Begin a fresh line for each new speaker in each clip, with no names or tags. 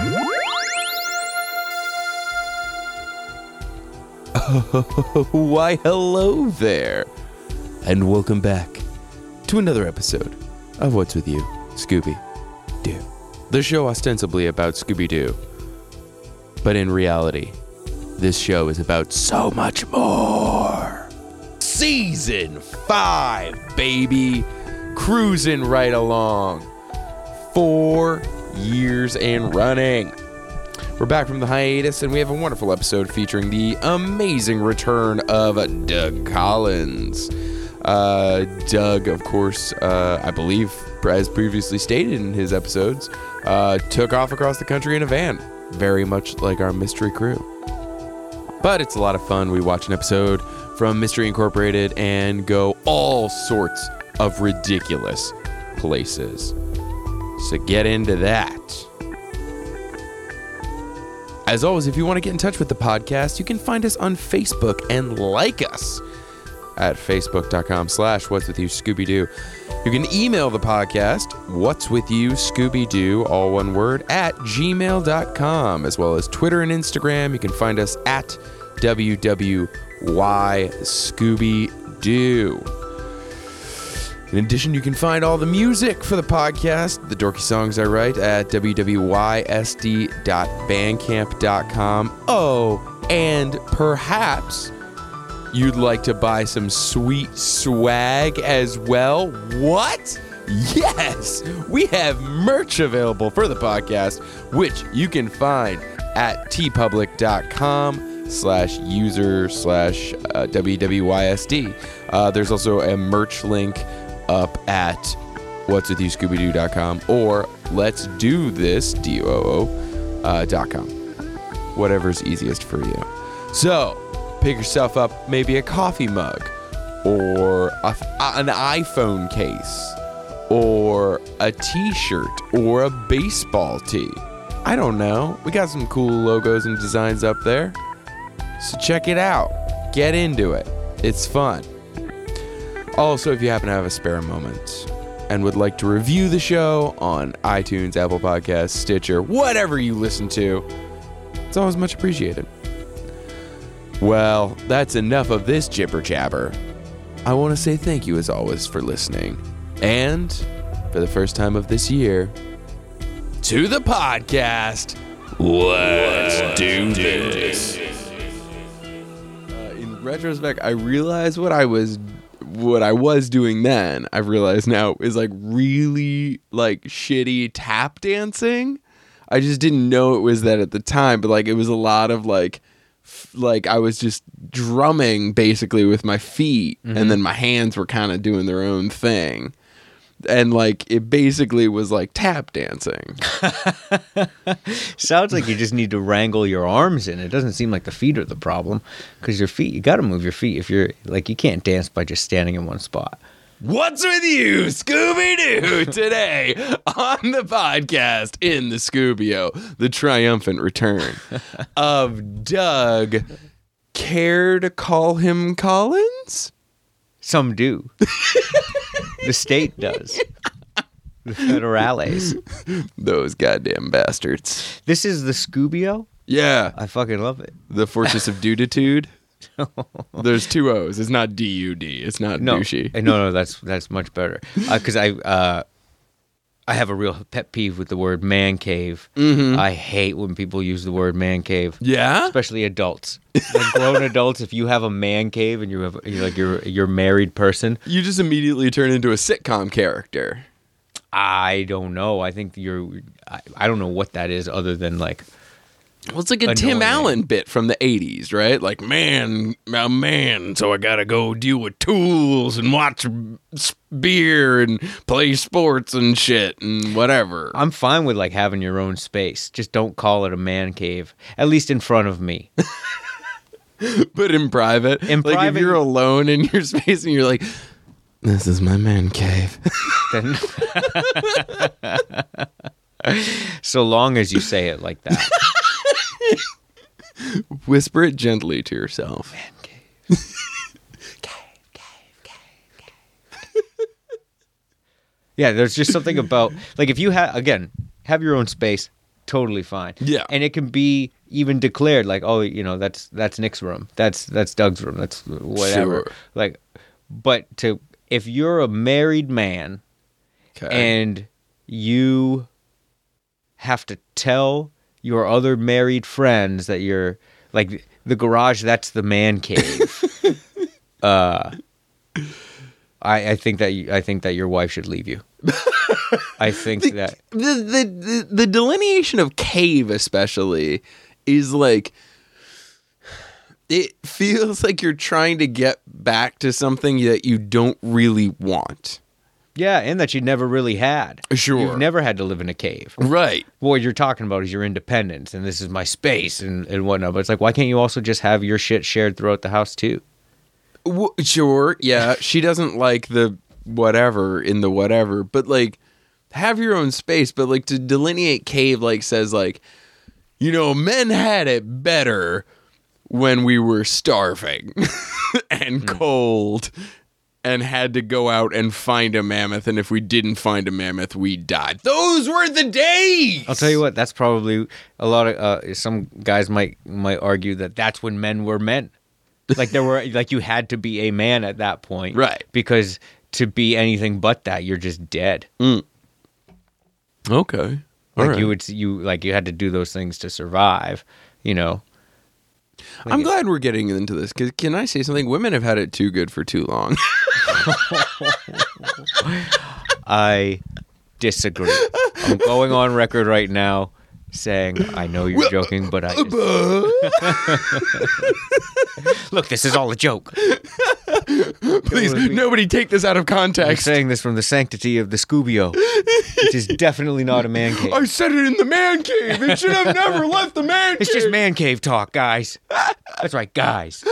Why, hello there. And welcome back to another episode of What's With You, Scooby Doo. The show ostensibly about Scooby Doo, but in reality, this show is about so much more. Season 5, baby. Cruising right along. Four years and running. We're back from the hiatus, and we have a wonderful episode featuring the amazing return of Doug Collins. Uh, Doug, of course, uh, I believe, as previously stated in his episodes, uh, took off across the country in a van, very much like our mystery crew. But it's a lot of fun. We watch an episode from Mystery Incorporated and go all sorts of ridiculous places. So get into that. As always, if you want to get in touch with the podcast, you can find us on Facebook and like us at facebook.com slash what's with you Scooby Doo. You can email the podcast, what's with you Scooby Doo, all one word, at gmail.com, as well as Twitter and Instagram. You can find us at WWY Scooby Doo. In addition, you can find all the music for the podcast, the dorky songs I write, at wwysd.bandcamp.com. Oh, and perhaps you'd like to buy some sweet swag as well. What? Yes! We have merch available for the podcast, which you can find at tpublic.com slash user slash uh, WWYSD. Uh, there's also a merch link up at what's with you scooby-doo.com or let's do this D-O-O, uh, dot com whatever's easiest for you. So, pick yourself up maybe a coffee mug, or a, an iPhone case, or a t shirt, or a baseball tee. I don't know. We got some cool logos and designs up there. So, check it out. Get into it. It's fun. Also, if you happen to have a spare moment and would like to review the show on iTunes, Apple Podcasts, Stitcher, whatever you listen to, it's always much appreciated. Well, that's enough of this jibber jabber. I want to say thank you as always for listening. And for the first time of this year, to the podcast. Let's do this. Uh, in retrospect, I realize what I was what I was doing then, I realize now is like really like shitty tap dancing. I just didn't know it was that at the time, but like it was a lot of like f- like I was just drumming basically with my feet and then my hands were kind of doing their own thing. And like it basically was like tap dancing.
Sounds like you just need to wrangle your arms in. It doesn't seem like the feet are the problem because your feet, you got to move your feet. If you're like, you can't dance by just standing in one spot.
What's with you, Scooby Doo? Today on the podcast in the Scoobio, the triumphant return of Doug. Care to call him Collins?
Some do. the state does. The federales.
Those goddamn bastards.
This is the Scoobio.
Yeah,
I fucking love it.
the Fortress of Duditude. There's two O's. It's not D U D. It's not
No,
douchey.
eh, no, no, that's that's much better. Because I uh, I have a real pet peeve with the word man cave. I hate when people use the word man cave.
Yeah?
especially adults, like grown adults. If you have a man cave and you have you're like you're you're a married person,
You just immediately turn into a sitcom character.
I don't know. I think you're. I, I don't know what that is other than like
Well, it's like a
Annoying.
Tim Allen bit from the 80s, right? Like, man, a man, so I gotta go deal with tools and watch s- beer and play sports and shit and whatever.
I'm fine with like having your own space. Just don't call it a man cave. At least in front of me.
But in private,
In
like
private-
if you're alone in your space and you're like, this is my man cave.
Then. so long as you say it like that.
Whisper it gently to yourself.
Yeah, there's just something about like if you have again have your own space, totally fine.
Yeah.
and it can be even declared like, oh, you know, that's that's Nick's room, that's that's Doug's room, that's whatever.
Sure.
Like, but to if you're a married man
Okay.
and you have to tell your other married friends that you're like the garage that's the man cave uh i i think that you, i think that your wife should leave you i think that
the, the the the delineation of cave especially is like it feels like you're trying to get back to something that you don't really want.
yeah and that you never really had
Sure.
you've never had to live in a cave
Right.
what you're talking about is your independence and this is my space and, and whatnot but it's like why can't you also just have your shit shared throughout the house too
W- sure. Yeah. She doesn't like the whatever in the whatever, but like have your own space. But like to delineate cave, like says like, you know, men had it better when we were starving and cold and had to go out and find a mammoth. And if we didn't find a mammoth, we died. Those were the days.
I'll tell you what. That's probably a lot of uh, some guys might might argue that that's when men were men. Like there were like you had to be a man at that point,
Right.
Because to be anything but that, you're just dead.
Okay. All
like
Mm. right.
you would you like you had to do those things to survive. You know,
I'm glad we're getting into this because can I say something? Women have had it too good for too long.
I disagree. I'm going on record right now saying I know you're joking, but I look. This is all a joke.
Please, nobody take this out of
I'm
context.
saying this from the sanctity of the Scoobio, which is definitely not a man cave.
I said it in the man cave. It should have never left the man
It's
cave.
just man cave talk, guys. That's right, guys.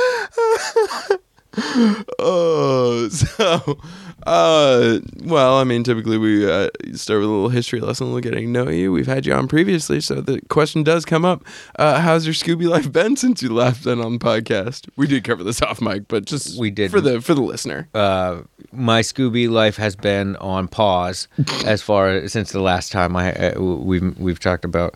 Oh, so, uh, well, I mean, typically we uh, start with a little history lesson, look at getting to know you. We've had you on previously, so the question does come up: uh, How's your Scooby life been since you last been on the podcast? We did cover this off mic, but just
We didn't.
for the for the listener.
Uh, my Scooby life has been on pause as far as since the last time I uh, we've we've talked about.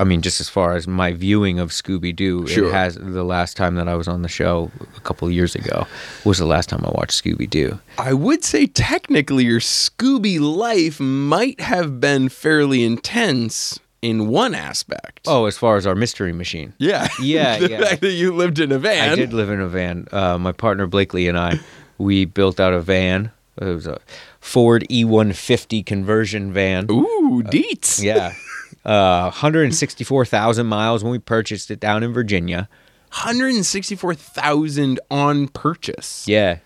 I mean, just as far as my viewing of Scooby Doo,
Sure.
it has the last time that I was on the show a couple years ago was the last time I watched Scooby Doo.
I would say technically your Scooby life might have been fairly intense in one aspect.
Oh, as far as our mystery machine.
Yeah.
Yeah,
the
yeah.
fact that you lived in a van.
I did live in a van. Uh, my partner Blakely and I, we built out a van. It was a Ford E150 conversion van.
Ooh, deets.
Yeah. Uh, 164,000 miles when we purchased it down in Virginia.
164,000 on purchase.
Yeah.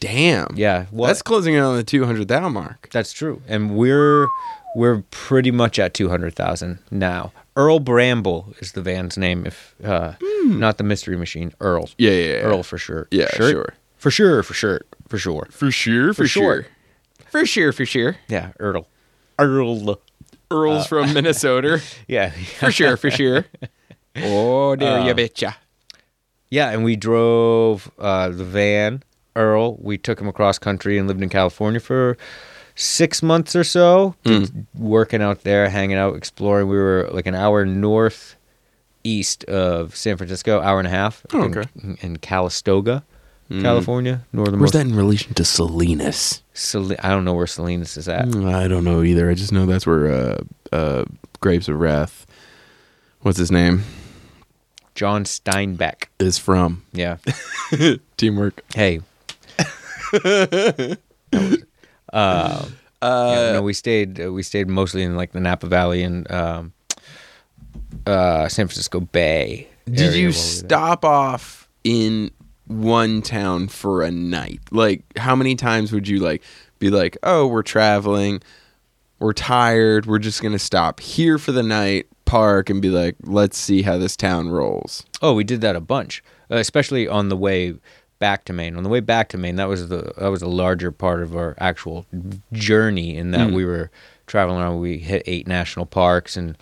Damn.
Yeah. Well,
That's
that's,
closing in on the 200 thou mark.
that's true. And we're we're pretty much at 200,000 now. Earl Bramble is the van's name if uh not the mystery machine, Earl.
Hmm. Yeah, yeah, yeah.
Earl for sure.
Yeah,
Shirt?
sure.
For sure, for sure, for sure.
For sure, for,
sure.
For sure, for sure.
Yeah, Earl. Earl.
Earl's from Minnesota.
Yeah.
For sure, for sure. Oh, there you betcha.
Yeah, and we drove uh, the van, Earl. We took him across country and lived in California for six months or so, working out there, hanging out, exploring. We were like an hour northeast of San Francisco, hour and a half,
Oh,
in-
okay.
in, Calistoga, California, northern.
Where's that in relation to Salinas?
Sali- I don't know where Salinas is at.
I don't know either. I just know that's where uh, uh, Grapes of Wrath, what's his name,
John Steinbeck.
is from.
Yeah.
Teamwork.
Hey. uh, yeah, no, we stayed. Uh, we stayed mostly in like the Napa Valley and um, uh, San Francisco Bay. area
Did
while we
you
were there.
stop off in one town for a night? Like, how many times would you like be like, "Oh, we're traveling, we're tired, we're just gonna stop here for the night, park, and be like, let's see how this town rolls."
Oh, we did that a bunch, uh, especially on the way back to Maine. On the way back to Maine, that was the that was a larger part of our actual journey in that we were traveling around. We hit eight national parks and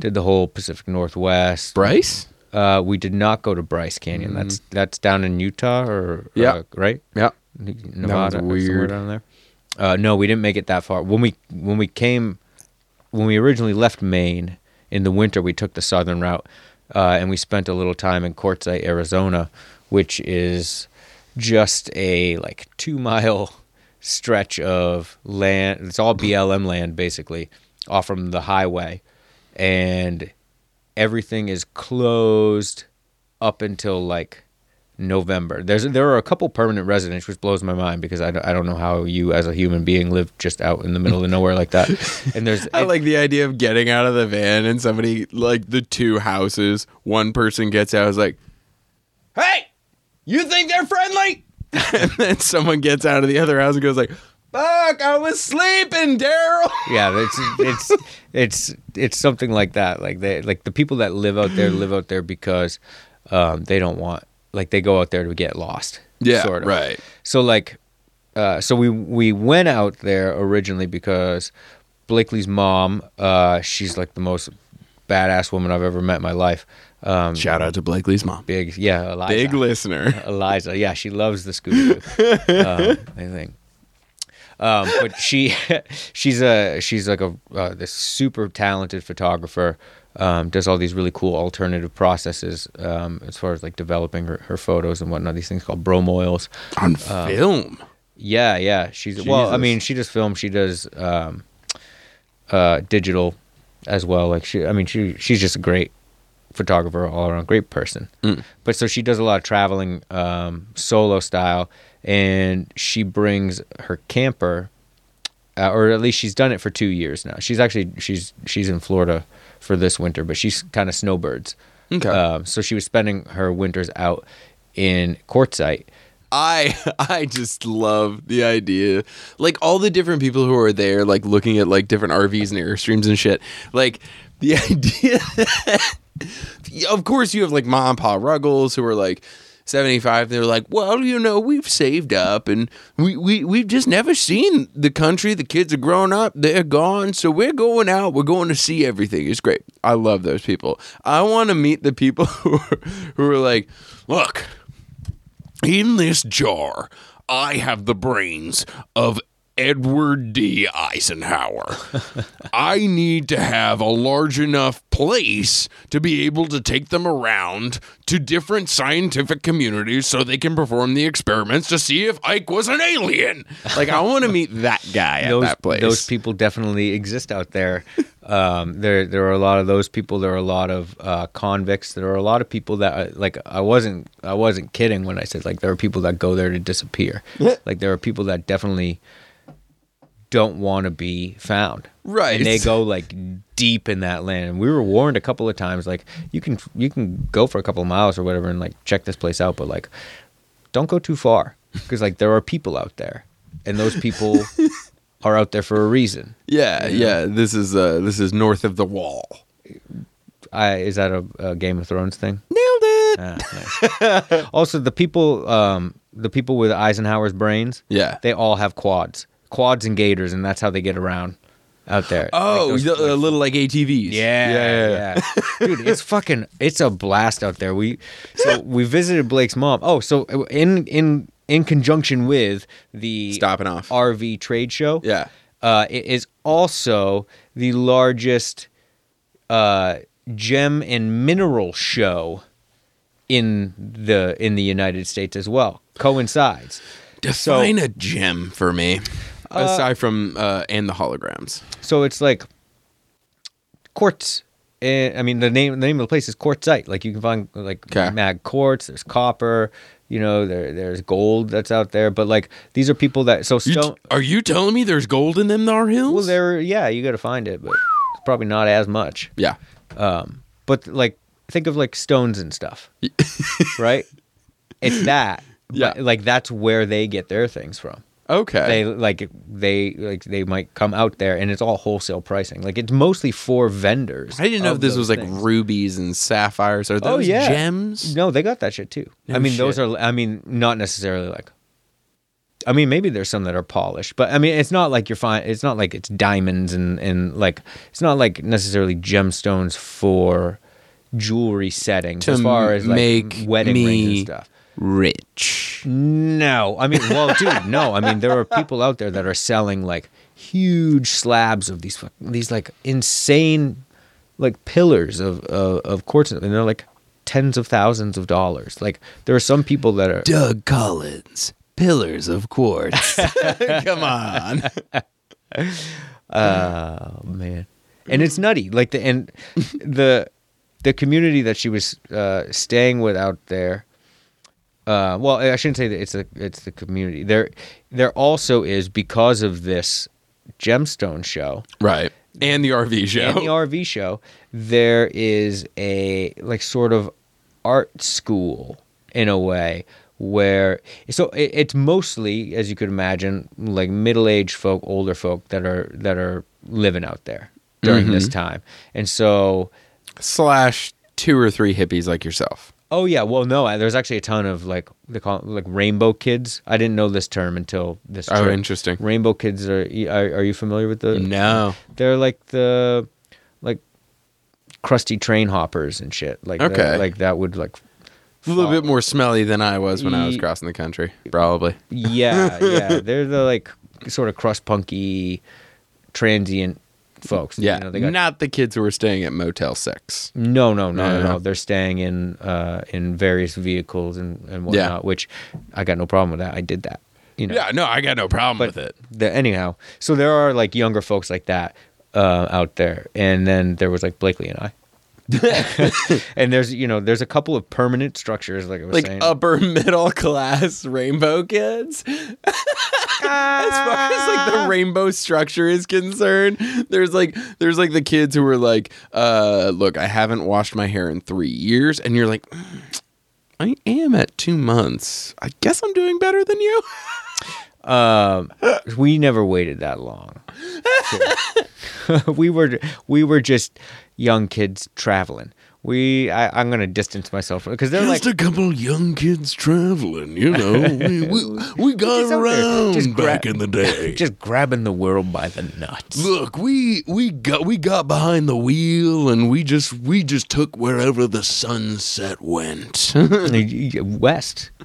did the whole Pacific Northwest.
Bryce.
Uh, we did not go to Bryce Canyon. That's that's down in Utah, or
Yeah.
uh, right,
Yep.
Nevada, or somewhere
weird.
down there. Uh, no, we didn't make it that far. When we when we came, when we originally left Maine in the winter, we took the southern route uh, and we spent a little time in Quartzsite, Arizona, which is just a like two mile stretch of land. It's all BLM land basically, off from the highway, and everything is closed up until like November. There's there are a couple permanent residents, which blows my mind because I don't, I don't know how you as a human being live just out in the middle of nowhere like that. And there's
I like the idea of getting out of the van and somebody like the two houses. One person gets out, is like, "Hey, you think they're friendly?" and then someone gets out of the other house and goes like, "Fuck, I was sleeping, Daryl."
yeah, it's it's it's it's something like that. Like they like the people that live out there live out there because um, they don't want like they go out there to get lost.
Yeah,
sort of.
right.
So like, uh, so we we went out there originally because Blakely's mom, uh, she's like the most badass woman I've ever met in my life. Um,
Shout out to Blakely's mom,
big, yeah, Eliza.
big listener.
Eliza, yeah, she loves the Scooby Doo. um, I think. Um, but she, she's a she's like a uh, this super talented photographer. Um, does all these really cool alternative processes um, as far as like developing her, her photos and whatnot. These things called bromoils.
on film.
Yeah, yeah. She's well. I
Jesus.
mean, she does film. She does um, uh, digital as well. Like she, I mean, she she's just a great photographer all around, great person.
Mm.
But so she does a lot of traveling, um, solo style, and she brings her camper, uh, or at least she's done it for two years now. She's actually she's she's in Florida for this winter, but she's kind of snowbirds.
Okay.
Um, so she was spending her winters out in Quartzsite.
I I just love the idea. Like all the different people who are there, like looking at like different RVs and airstreams and shit. Like the idea of course you have like mom and pa ruggles who are like 75 they're like well you know we've saved up and we, we we've just never seen the country the kids are grown up they're gone so we're going out we're going to see everything it's great i love those people i want to meet the people who are, who are like look in this jar, I have the brains of Edward D. Eisenhower. I need to have a large enough place to be able to take them around to different scientific communities so they can perform the experiments to see if Ike was an alien. Like, I want to meet that guy at
those,
that place.
those people definitely exist out there. Um, there, there are a lot of those people. There are a lot of uh, convicts. There are a lot of people that, uh, like, I wasn't, I wasn't kidding when I said like there are people that go there to disappear.
Yeah.
like there are people that definitely don't want to be found.
Right.
and they go like deep in that land. And we were warned a couple of times, like you can, you can go for a couple of miles or whatever and like check this place out, but like don't go too far because like there are people out there and those people are out there for a reason
yeah, yeah. This is uh, this is north of the wall.
I, is that a, a game of thrones thing
Nailed it.
Ah, nice. also the people um, the people with eisenhower's brains
Yeah.
they all have quads quads and gators and that's how they get around out there
oh,
Like those-
a little like ATVs.
yeah,
yeah, yeah.
yeah, dude, it's fucking, it's a blast out there. We, so we visited Blake's mom. Oh, so in in in conjunction with the
Stopping off.
RV trade show,
Yeah.
uh, it is also the largest uh, gem and mineral show in the in the United States as well. Coincides.
Define a gem for me. Aside from uh, and the holograms.
So it's like quartz. eh, I mean, the name the name of the place is quartzite. Like you can find like
Okay.
mag quartz. There's copper. You know, there there's gold that's out there. But like these are people that so
You t-
stone.
are you telling me there's gold in them thar hills?
well, there. Yeah, you got to find it, but it's probably not as much.
Yeah.
But like, think of like stones and stuff, right? It's that.
Yeah.
But, like that's where they get their things from.
Okay.
they like they like they might come out there and it's all wholesale pricing like it's mostly for vendors
I didn't know
of
if this was
those
like
things.
rubies and sapphires. Are those
oh yeah
gems?
no they got that shit too i mean those
shit.
are i mean not necessarily like i mean maybe there's some that are polished but i mean it's not like you're fine it's not like it's diamonds and and like it's not like necessarily gemstones for jewelry settings
To
as far as like
make
wedding rings
me-
and stuff
Rich.
no, I mean, well, dude, no, I mean, there are people out there that are selling like huge slabs of these fuck- these like insane like pillars of of, of quartz, and they're like tens of thousands of dollars. Like there are some people that are
Doug Collins, Pillars of Quartz. Come on.
Oh man, and it's nutty. Like the and the the community that she was uh, staying with out there. Uh, well, I shouldn't say that it's a it's the community. There, there also is because of this gemstone show
Right. And the RV show.
and the RV show. There is a like sort of art school in a way where so it, it's mostly as you could imagine like middle-aged folk, older folk that are that are living out there during
Mm-hmm.
this time. And so
Slash two or three hippies like yourself.
oh yeah, well no, I- there's actually a ton of like they call it, like rainbow kids. I didn't know this term until this
Oh,
trip.
interesting.
Rainbow kids are, are are you familiar with the
No.
they're like the like crusty train hoppers and shit like that-
Okay.
like that would like
A little bit more smelly than I was when I was
Ye-
crossing the country, probably.
yeah yeah they're the like sort of crust punky transient folks
Yeah.
you know, they got,
Not the kids who were staying at Motel 6.
no no no no
No.
no they're staying in uh in various vehicles and and whatnot which i got no problem with that i did that you know
Yeah, no, I got no problem
but
with it.
the, anyhow so there are like younger folks like that uh, out there and then there was like blakely and i and there's you know there's a couple of permanent structures like uh, i was
Like
saying
upper middle class rainbow kids. as far as like
Ah.
the rainbow structure is concerned, there's like there's like the kids who are like, uh, look, I haven't washed my hair in three years, and you're like, "Mm, I am at two months. I guess I'm doing better than you.
we never waited that long we were we were just young kids traveling we I, i'm gonna distance myself because they're like
a couple young kids traveling, you know. We, we, we got
Just out there, just grab-
the day.
just grabbing the world by the nuts
Look, we we got we got behind the wheel and we just we just took wherever the sunset went.
west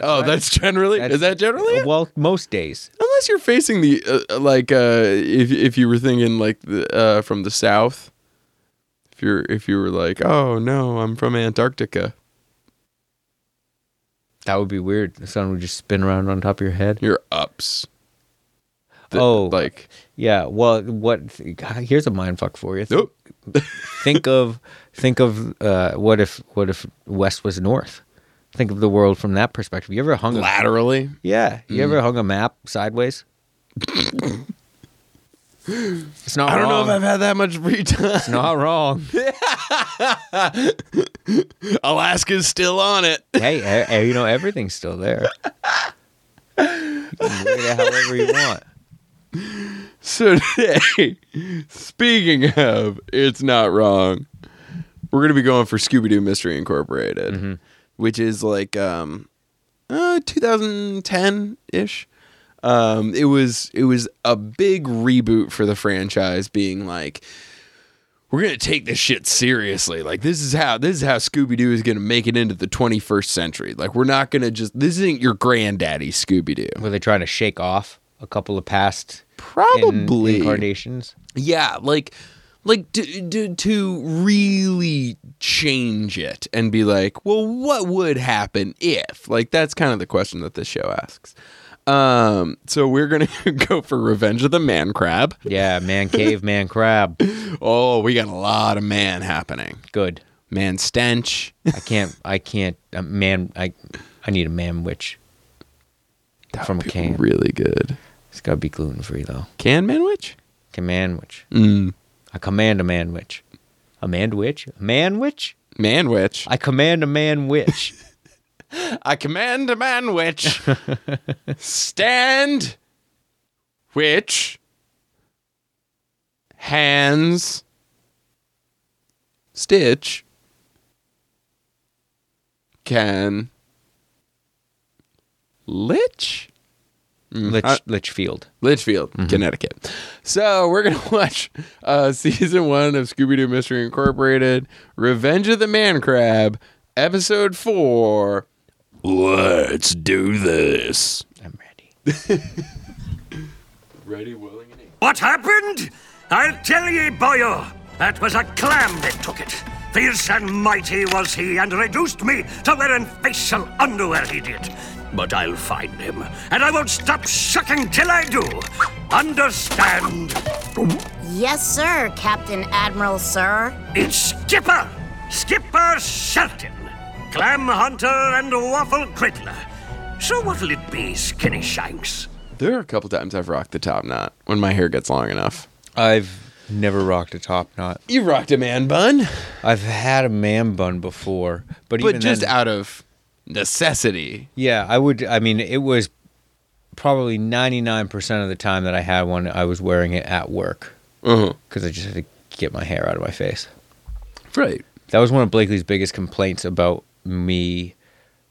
Oh, that's generally
That's-
is that generally it?
well most days
unless you're facing the uh, uh, like uh, if if you were thinking like the, uh, from the south. If you're if you were like, oh no, I'm from Antarctica.
that would be weird the sun would just spin around on top of your head
You're ups.
Oh.
like
Yeah. Well, what? God, here's a mind fuck for you.
nope.
Think of, think of uh, what if what if West was North? Think of the world from that perspective. You ever hung? A,
laterally.
yeah. You
Mm.
ever hung a map sideways? it's not.
I don't know
wrong.
if I've had that much free time.
It's not wrong.
Alaska's still on it.
hey, eh, eh, you know everything's still there. You can look at it however you want.
So today, speaking of, it's not wrong. We're gonna be going for Scooby Doo Mystery Incorporated, which is like um, uh, 2010 ish. Um, it was it was a big reboot for the franchise, being like, we're gonna take this shit seriously. Like this is how this is how Scooby Doo is gonna make it into the 21st century. Like we're not gonna just this isn't your granddaddy Scooby Doo.
Were they trying to shake off a couple of past in-
Probably
incarnations?
yeah like like to, to, to really change it and be like well what would happen if like that's kind of the question that this show asks um so we're gonna go for revenge of the man crab
Yeah, man cave, man crab.
oh we got a lot of man happening
Good.
man stench
I can't. I can't. A man. I. I need a man witch.
That
From
would
a
be
can.
really good
It's gotta be gluten free though.
can man witch
Can man witch.
mm.
I command a man witch. A man witch. A man witch.
man witch
I command a man witch.
I command a man witch. Stand. Witch. Hands. Stitch. Can. Lich?
Lich,
I-
Litchfield.
Litchfield, Connecticut. So we're gonna watch uh, season one of Scooby Doo Mystery Incorporated, Revenge of the Man Crab, episode four.
Let's do this.
I'm ready.
Ready, willing, and
What happened? I'll tell ye, boyo. That was a clam that took it. Fierce and mighty was he, and reduced me to wearing facial underwear he did. But I'll find him, and I won't stop sucking till I do. Understand?
Yes, sir, Captain Admiral, sir.
It's Skipper! Skipper Shelton! Clam Hunter and Waffle Criddler. So what'll it be, Skinny Shanks?
There are a couple times I've rocked the top knot when my hair gets long enough.
I've never rocked a top knot.
You rocked a man bun,
I've had a man bun before,
but
but, even
just
then,
out of necessity.
yeah, I would. I mean, it was probably ninety nine percent of the time that I had one, I was wearing it at work
Mm-hmm.
because I just had to get my hair out of my face.
Right.
That was one of Blakely's biggest complaints about me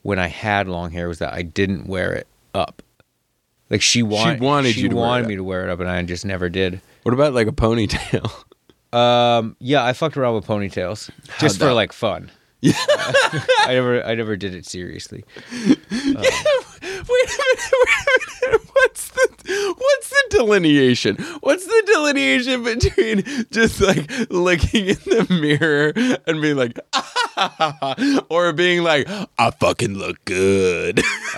when I had long hair was that I didn't wear it up. Like she wanted,
wanted you to wear it
wanted
up.
me to wear it up, and I just never did.
What about like a ponytail?
Um, yeah, I fucked around with ponytails just for
that-
like fun. I never, I never did it seriously.
wait a minute, wait a minute. What's the what's the delineation? What's the delineation between just like looking in the mirror and being like, or being like, I fucking look good.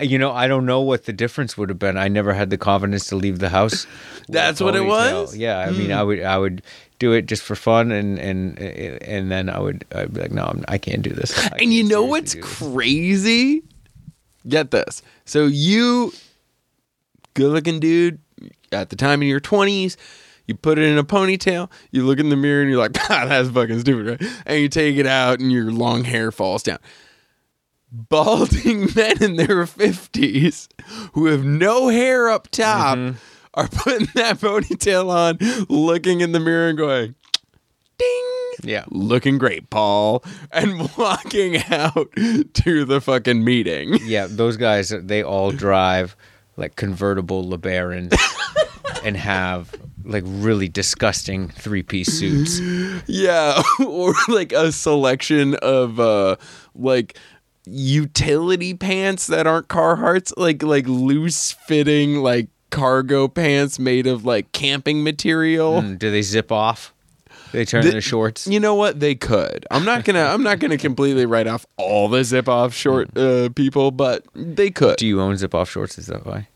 You know, I don't know what the difference would have been. I never had the confidence to leave the house. with a
That's what it
ponytail.
was? Hmm.
Yeah, I mean, I would, I would do it just for fun, and and and then I would, I'd be like, no, I'm, I can't do this. I
and you
can't
know
seriously
what's
do this.
crazy? Get this. So you, good looking dude, at the time in your twenties, you put it in a ponytail. You look in the mirror and you're like, God, that's fucking stupid, right? And you take it out and your long hair falls down. Balding men in their fifties who have no hair up top
Mm-hmm.
are putting that ponytail on, looking in the mirror and going, "Ding."
Yeah.
looking great, Paul, and walking out to the fucking meeting.
Yeah, those guys, they all drive like convertible LeBarons and have like really disgusting three piece suits.
Mm-hmm. Yeah, or like a selection of uh like utility pants that aren't Carhartts, like like loose fitting like cargo pants made of like camping material.
Mm, Do they zip off? They turn
The-
into shorts?
You know what? They could. I'm not gonna. I'm not gonna completely write off all the zip off short uh, people, but they could.
Mm. Do you own zip off shorts? Is that why?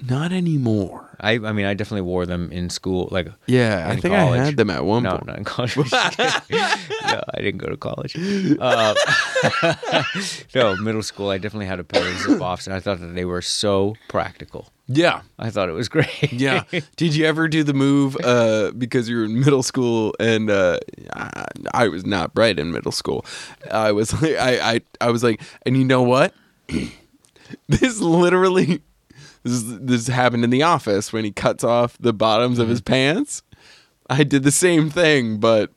Not anymore.
I, I mean, I definitely wore them in school. Like,
Yeah, I
In
think
college.
I had them at one
no,
point.
not in college. no, I didn't go to college. Uh, no, middle school, I definitely had a pair of zip offs, and I thought that they were so practical.
Yeah,
I thought it was great.
Yeah. Did you ever do the move uh, because you were in middle school and uh, I, I was not bright in middle school. I was like, I, I, I was like, and you know what? this literally, this, is- this happened in the office when he cuts off the bottoms of his
Mm-hmm.
pants. I did the same thing, but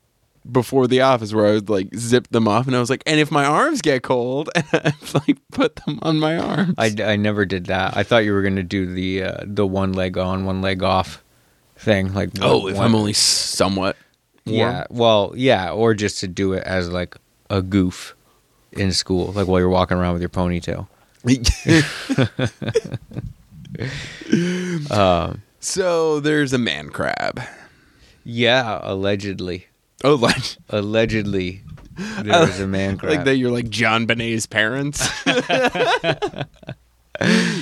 before the office where I would like zip them off and I was like, and if my arms get cold, I'd like put them on my arms.
I, I never did that. I thought you were gonna do the uh, the one leg on, one leg off thing. Like
oh,
one-
if
one-
I'm only somewhat. warm.
yeah, well, yeah, or just to do it as like a goof in school, like while you're walking around with your ponytail.
Um, so there's a man crab.
Yeah, allegedly,
Oh, like
allegedly, there was a man crab.
like that you're like John Benet's parents.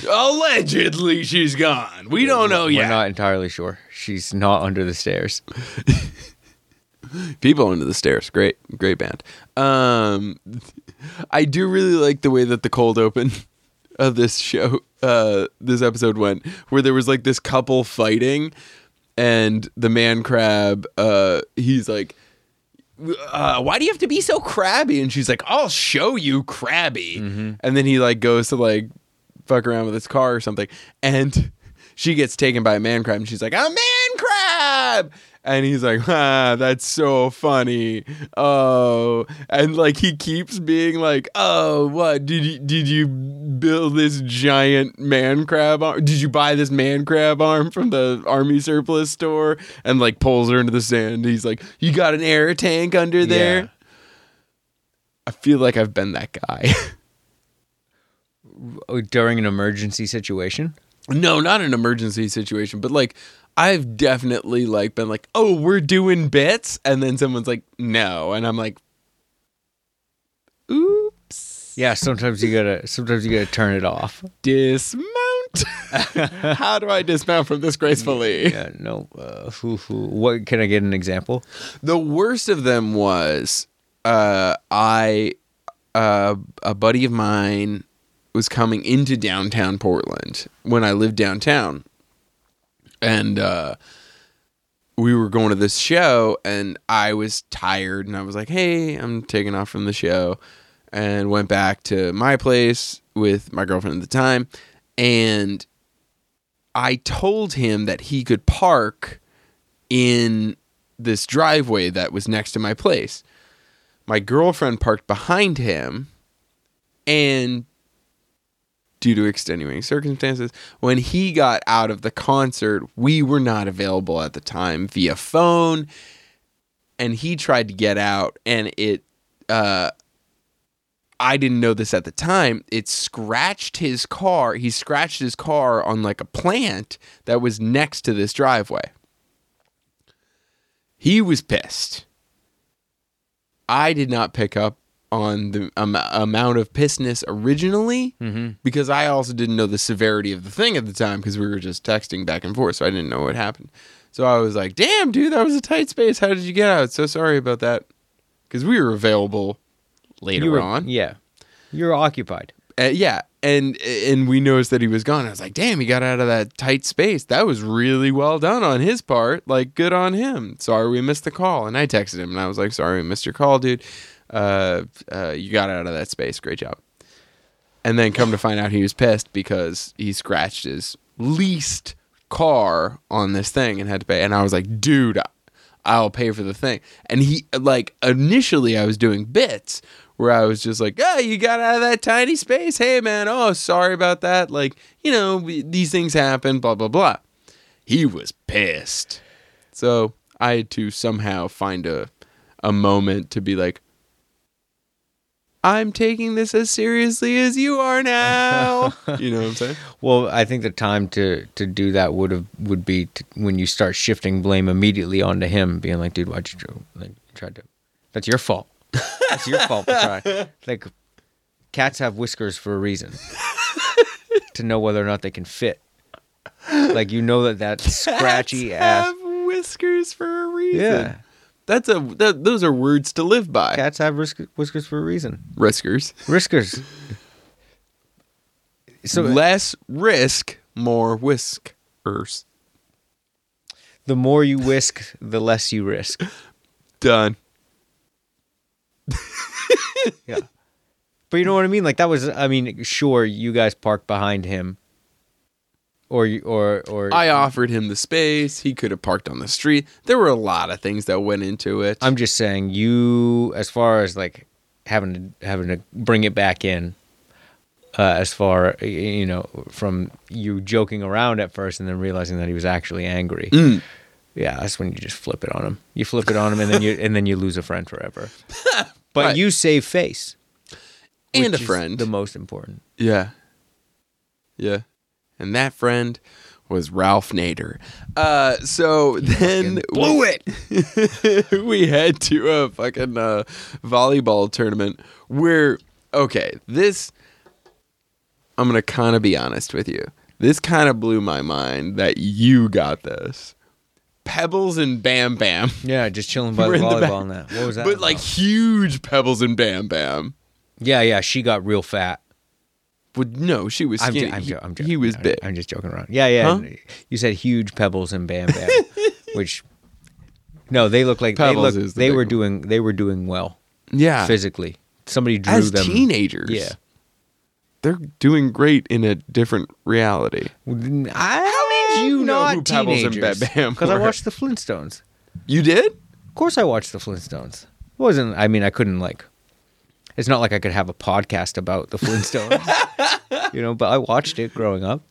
Allegedly, she's gone. We don't know
We're
yet.
not entirely sure. She's not under the stairs.
People under the stairs. Great, great band. Um, I do really like the way that the cold open of this show, uh, this episode went, where there was like this couple fighting, and the man crab, uh, he's like, uh, why do you have to be so crabby? And she's like, I'll show you crabby. And then he like goes to like fuck around with his car or something. And she gets taken by a man crab and she's like, a man crab. And he's like, ah, that's so funny. Oh. And like he keeps being like, oh, what? Did you did you build this giant man crab arm? Did you buy this man crab arm from the army surplus store? And like pulls her into the sand. He's like, You got an air tank under there?
Yeah.
I feel like I've been that guy.
Oh, During an emergency situation,
No, not an emergency situation, but like I've definitely like been like, "Oh, we're doing bits," and then someone's like, "No," and I'm like, "Oops,
Yeah, sometimes you gotta sometimes you gotta turn it off.
dismount." How do I dismount from this gracefully?
Yeah, no. Uh, who, who, what can I get an example?
The worst of them was uh, I uh, a buddy of mine was coming into downtown Portland when I lived downtown, and uh, we were going to this show, and I was tired, and I was like, "Hey, I'm taking off from the show," and went back to my place with my girlfriend at the time, and I told him that he could park in this driveway that was next to my place. My girlfriend parked behind him, and due to extenuating circumstances, when he got out of the concert, we were not available at the time via phone, and he tried to get out, and it, uh, I didn't know this at the time. It scratched his car. He scratched his car on like a plant that was next to this driveway. He was pissed. I did not pick up on the am- amount of pissedness originally because I also didn't know the severity of the thing at the time because we were just texting back and forth, so I didn't know what happened. So I was like, "Damn, dude, that was a tight space. How did you get out? So sorry about that." Because we were available later
You were
on.
Yeah, you're occupied.
Uh, yeah, and and we noticed that he was gone. I was like, "Damn, he got out of that tight space. That was really well done on his part. Like, good on him. Sorry we missed the call." And I texted him and I was like, "Sorry we missed your call, dude. Uh, uh, you got out of that space. Great job." And then come to find out, he was pissed because he scratched his leased car on this thing and had to pay. And I was like, "Dude, I'll pay for the thing. And he like initially I was doing bits where I was just like, "Oh, you got out of that tiny space. Hey man, oh, sorry about that. Like, you know, we, these things happen, blah blah blah." He was pissed. So, I had to somehow find a a moment to be like, "I'm taking this as seriously as you are now." you know what I'm saying?
Well, I think the time to to do that would have would be t when you start shifting blame immediately onto him, being like, "Dude, why'd you do- like you tried to? That's your fault. That's your fault for trying. Like, cats have whiskers for a reason, to know whether or not they can fit. Like, you know that that scratchy ass.
Have whiskers for a reason.
Yeah.
That's a that, those are words to live by.
Cats have risk- whiskers for a reason.
Riskers.
Riskers. So
less risk, more whiskers.
the more you whisk, the less you risk.
Done.
Yeah. But you know what I mean? Like that was I mean, sure, you guys parked behind him. Or you or or
I offered him the space. He could have parked on the street. There were a lot of things that went into it.
I'm just saying you as far as like having to having to bring it back in uh, as far y- you know from you joking around at first and then realizing that he was actually angry.
Mm.
Yeah, that's when you just flip it on him. You flip it on him and then you and then you lose a friend forever. But
Right.
you save face
and a
which is
friend.
the most important.
yeah. Yeah. And that friend was Ralph Nader. Uh, so then blew it. we head to a fucking uh, volleyball tournament where okay, this I'm gonna kind of be honest with you. This kind of blew my mind that you got this. Pebbles and Bam Bam.
Yeah, just chilling by
We're
the
in the
volleyball net. What was that?
But like
about?
huge Pebbles and Bam Bam.
yeah, yeah, she got real fat.
But no, she was
I'm, jo-
skinny.
I'm, jo- I'm
He-
joking.
he was
I'm-
big.
I'm just joking around. Yeah, yeah.
Huh?
You said huge pebbles and bam bam, which no, they look like
Pebbles
they look.
is the
they
big
were
one.
doing they were doing well
yeah.
physically. Somebody drew
As
them.
teenagers.
Yeah.
They're doing great in a different reality.
How
did you know
not
who Pebbles and
teenagers?
Bam Bam
I
were?
watched the Flintstones.
You did?
Of course, I watched the Flintstones. It wasn't I mean I couldn't like. It's not like I could have a podcast about the Flintstones, you know. But I watched it growing up.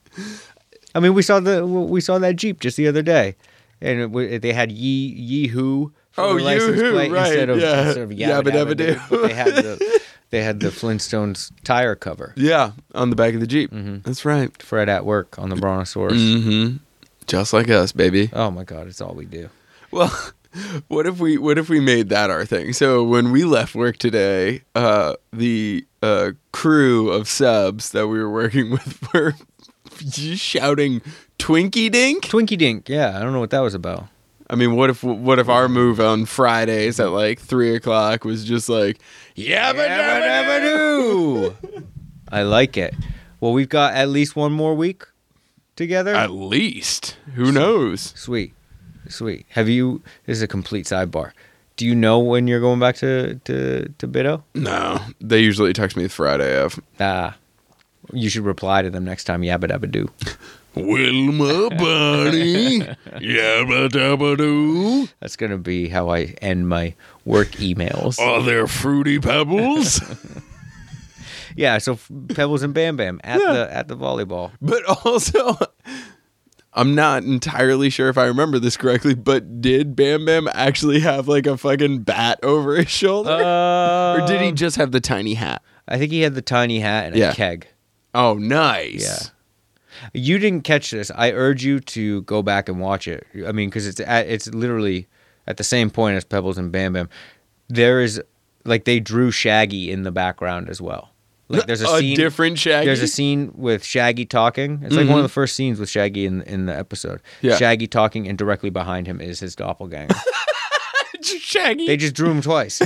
I mean, we saw the we saw that Jeep just the other day, and it, wa- they had Yee Yee Hoo. for
Oh,
the license
Yoo-hoo,
plate
right,
Instead of,
yeah.
instead of
Yabba
Yabba Dabba
Dabba Doo.
Doo. But They had the they had the Flintstones tire cover.
Yeah, on the back of the Jeep. That's right.
Fred at work on the Brontosaurus.
Mm-hmm. Just like us, baby.
Oh my God, it's all we do.
Well, what if we what if we made that our thing? So when we left work today, uh, the uh, crew of subs that we were working with were just shouting Twinkie Dink.
Twinkie Dink. Yeah, I don't know what that was about.
I mean, what if what if our move on Fridays at like three o'clock was just like Yabba Dabba Dabba Doo?
Ooh, I like it. Well, we've got at least one more week together.
At least, who knows?
Sweet, sweet. Have you? This is a complete sidebar. Do you know when you're going back to to to Bido?
No, they usually text me the Friday of.
Ah, you should reply to them next time. Yabba dabba doo.
Wilma Bunny. Yabba dabba doo.
That's gonna be how I end my work emails.
Oh.
Are there fruity pebbles?
Yeah. So f- Pebbles and Bam Bam at the at the volleyball.
But also, I'm not entirely sure if I remember this correctly, but did Bam Bam actually have like a fucking bat over his shoulder? or did he just have the tiny hat?
I think he had the tiny hat and
Yeah.
a keg.
Oh, nice.
You didn't catch this. I urge you to go back and watch it. I mean, because it's at, it's literally at the same point as Pebbles and Bam Bam. There is like they drew Shaggy in the background as well. Like there's a,
A
scene,
different Shaggy? Mm-hmm.
There's a scene with Shaggy talking. It's like one of the first scenes with Shaggy in in the episode.
Yeah.
Shaggy talking, and directly behind him is his doppelganger.
Shaggy.
they just drew him twice.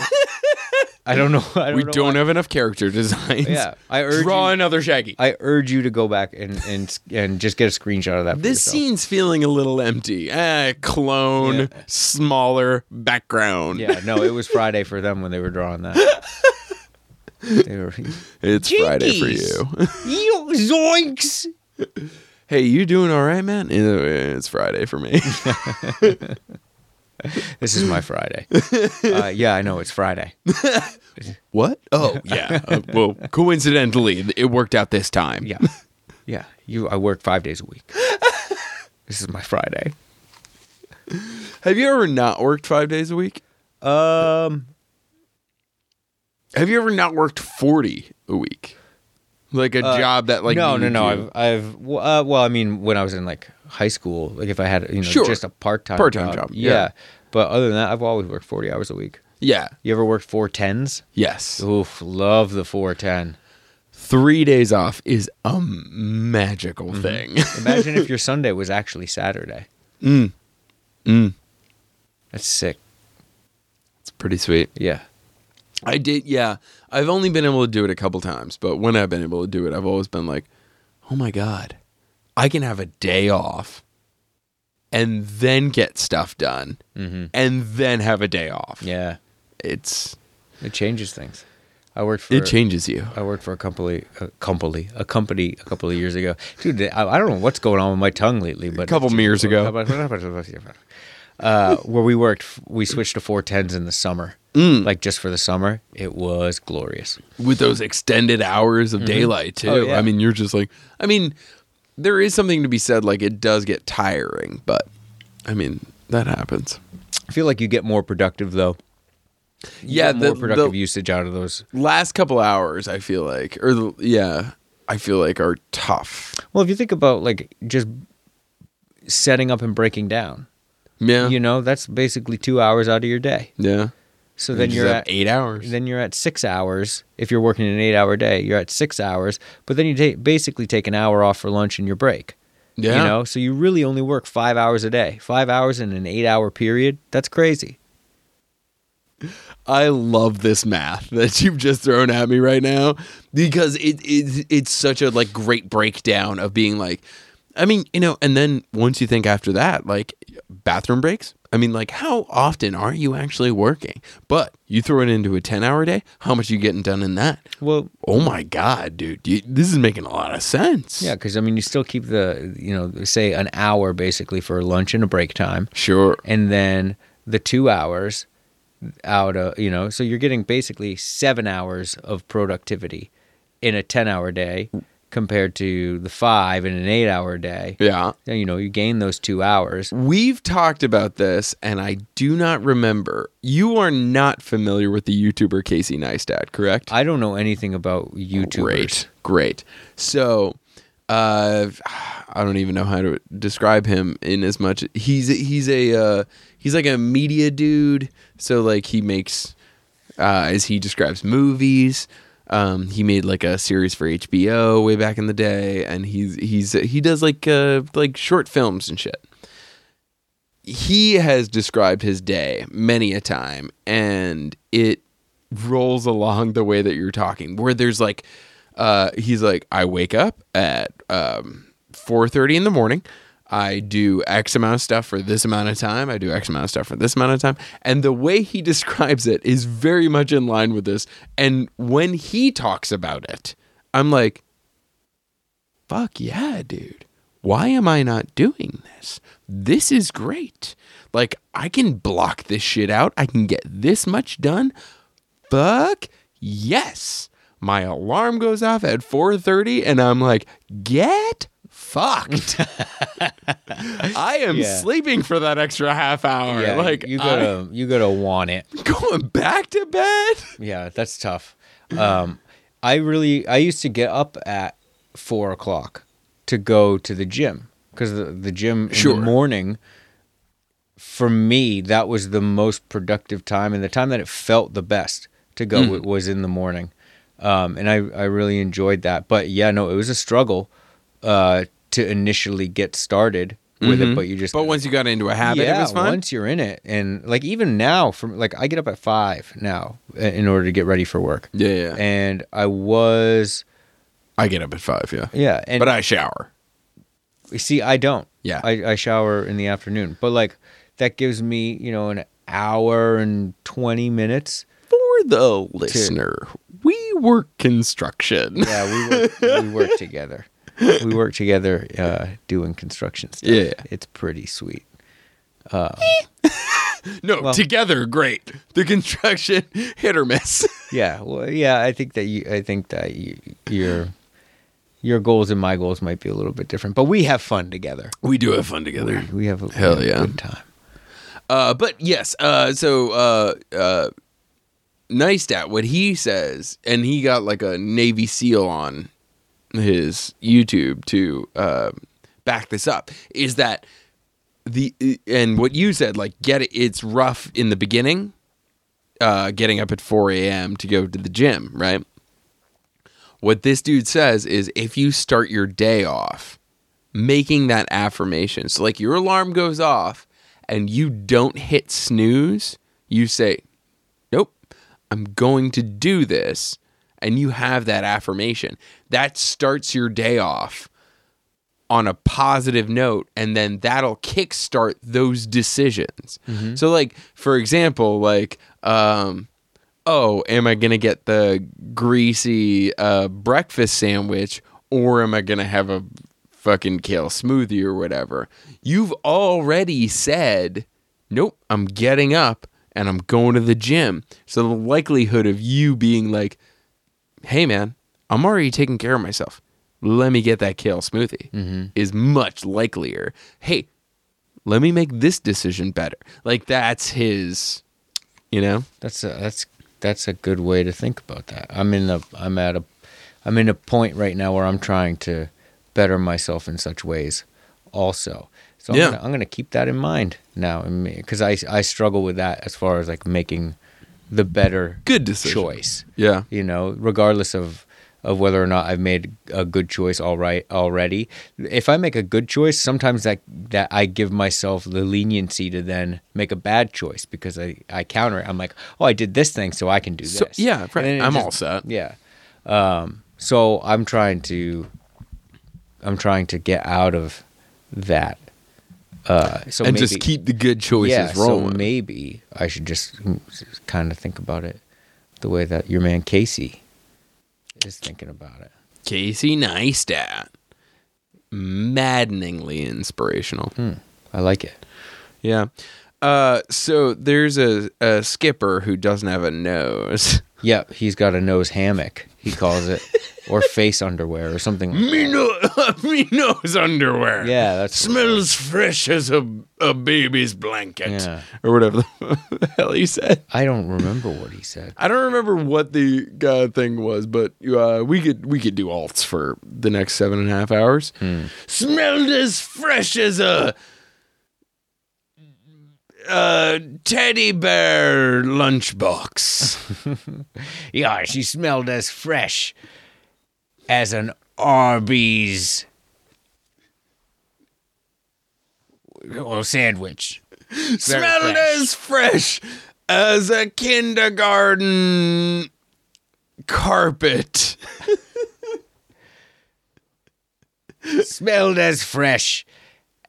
I don't know. I don't
we
know
don't
why.
have enough character designs.
Yeah, I urge
Draw
you-
another Shaggy.
I urge you to go back and and and just get a screenshot of that. for
this
yourself.
scene's feeling a little empty. Eh, clone,
Yeah.
smaller background.
Yeah, no, it was Friday for them when they were drawing that. They were-
It's Friday for you.
Yo, zoinks!
hey, you doing all right, man? Eh, It's Friday for me.
This is my Friday. Uh, yeah, I know it's Friday.
What? Oh, yeah. Uh, well, coincidentally, it worked out this time.
Yeah, yeah. You, I work five days a week. This is my Friday.
Have you ever not worked five days a week?
Um,
Have you ever not worked 40 a week? Like a job that, like,
Uh, no, no,
needed
no.
you-
I've, I've. w- Uh, well, I mean, when I was in like high school, like if I had, you know,
Sure.
just a part time,
Part-time job,
yeah.
yeah.
But other than that, I've always worked forty hours a week.
Yeah.
You ever worked four tens?
Yes.
Oof, love the four ten.
Three days off is a magical
Mm-hmm.
thing.
Imagine if your Sunday was actually Saturday. Mm. Mm.
Mm.
That's sick.
it's pretty sweet.
Yeah.
I did, yeah. I've only been able to do it a couple times, but when I've been able to do it, I've always been like, oh my God, I can have a day off and then get stuff done and then have a day off.
Mm-hmm. Yeah.
It's,
It changes things. I worked for
it changes you.
I worked for a company, a company, a company a couple of years ago. Dude, I, I don't know what's going on with my tongue lately, but
couple
it's-
years ago.
uh, where we worked, we switched to four tens in the summer,
Mm.
like just for the summer. It was glorious.
With those extended hours of daylight, too.
Oh, yeah.
I mean, you're just like, I mean, there is something to be said, like, it does get tiring, but I mean, that happens.
I feel like you get more productive though. You
Yeah,
get more
the-
productive
the-
usage out of those
Last couple hours, I feel like, or the, yeah, I feel like are tough.
Well, if you think about like just setting up and breaking down,
Yeah.
you know, that's basically two hours out of your day.
Yeah.
So then you're at
eight hours.
Then you're at six hours. If you're working an eight-hour day, you're at six hours. But then you take, basically take an hour off for lunch and your break.
yeah.
You know, so you really only work five hours a day. Five hours in an eight-hour period. That's crazy.
I love this math that you've just thrown at me right now because it, it it's such a like great breakdown of being like I mean, you know, and then once you think after that, like bathroom breaks, I mean, like how often are you actually working? But you throw it into a 10-hour day, how much you getting done in that?
Well,
Oh my god, dude. You, this is making a lot of sense.
yeah, because I mean, you still keep the you know, say an hour basically for lunch and a break time.
Sure.
and then the two hours out of you know so you're getting basically seven hours of productivity in a 10 hour day compared to the five in an eight hour day
Yeah.
Now, you know you gain those two hours
We've talked about this, and I do not remember. You are not familiar with the YouTuber Casey Neistat, correct?
i don't know anything about youtubers
Great, great. So, uh, I don't even know how to describe him in as much. He's he's a uh, he's like a media dude. So like he makes, uh, as he describes, movies. Um, he made like a series for HBO way back in the day, and he's he's he does like uh, like short films and shit he has described his day many a time and it rolls along the way that you're talking where there's like uh he's like i wake up at um 4:30 in the morning i do x amount of stuff for this amount of time i do x amount of stuff for this amount of time and the way he describes it is very much in line with this and when he talks about it i'm like fuck yeah, dude. Why am I not doing this? This is great. Like, I can block this shit out. I can get this much done. Fuck yes. My alarm goes off at 4:30 and I'm like, "Get fucked." I am
Yeah.
sleeping for that extra half hour.
Yeah,
like,
you
I-
gotta you gotta want it.
going back to bed.
Yeah, that's tough. Um, I really I used to get up at four o'clock to go to the gym because the, the gym in
Sure.
the morning for me that was the most productive time and the time that it felt the best to go
Mm.
w was in the morning, um, and I I really enjoyed that. But yeah, no, it was a struggle uh, to initially get started with it, but you just
Mm-hmm. But once you got into a habit,
yeah,
it was fun.
once you're in it, and like even now, from like I get up at five now uh, in order to get ready for work.
Yeah, yeah.
And I was
I get up at 5, yeah.
yeah, and
But I shower.
see I don't.
Yeah.
I, I shower in the afternoon, but like that gives me you know an hour and twenty minutes.
For the listener, we work construction.
Yeah, we work, we work together. We work together uh, doing construction stuff.
Yeah.
it's pretty sweet.
No, together, great. The construction, hit or miss.
Yeah, well, yeah, I think that you, I think that you, your your goals and my goals might be a little bit different, but we have fun together.
we do have fun together.
We have a, we
Hell
have a
yeah.
good time.
Uh, but yes, uh, so uh, uh, Neistat, what he says, and he got like a Navy SEAL on his YouTube to uh, back this up, is that the and what you said, like get it, it's rough in the beginning, uh, getting up at 4 a.m. to go to the gym, right? What this dude says is if you start your day off making that affirmation. So, like, your alarm goes off and you don't hit snooze, you say, Nope, I'm going to do this. And you have that affirmation. That starts your day off on a positive note and then that'll kickstart those decisions. So like for example, like um oh, am I going to get the greasy uh breakfast sandwich or am I going to have a fucking kale smoothie or whatever? You've already said, "Nope, I'm getting up and I'm going to the gym." So the likelihood of you being like, hey man, I'm already taking care of myself. Let me get that kale smoothie is much likelier. Hey, let me make this decision better. Like that's his, you know.
That's a that's that's a good way to think about that. I'm in the I'm at a I'm in a point right now where I'm trying to better myself in such ways also. So I'm,
Yeah.
gonna, I'm gonna keep that in mind now because I I struggle with that as far as like making the better
Good decision.
choice.
Yeah.
you know, regardless of of whether or not I've made a good choice all right already. If I make a good choice, sometimes that that I give myself the leniency to then make a bad choice because I I counter it. I'm like, "Oh, I did this thing, so I can do
So-
this."
yeah,
And
right.
then it
I'm all set.
Yeah. Um so I'm trying to I'm trying to get out of that. Uh so
and
maybe,
just keep the good choices
yeah,
rolling.
So maybe I should just kind of think about it the way that your man Casey is thinking about it.
Casey Neistat, maddeningly inspirational.
I like it.
Hmm. Yeah. Uh, so there's a, a skipper who doesn't have a nose.
Yep, he's got a nose hammock. He calls it. or face underwear or something. Like
Me no, me knows underwear.
Yeah, that's-
smells fresh as a a baby's blanket.
Yeah.
or whatever the hell he said.
I don't remember what he said.
I don't remember what the uh, thing was, but uh, we could we could do alts for the next seven and a half hours.
Smelled as fresh as a a teddy bear lunchbox.
Yeah, she smelled as fresh as an Arby's well, sandwich.
Smelled as fresh as a kindergarten carpet.
smelled as fresh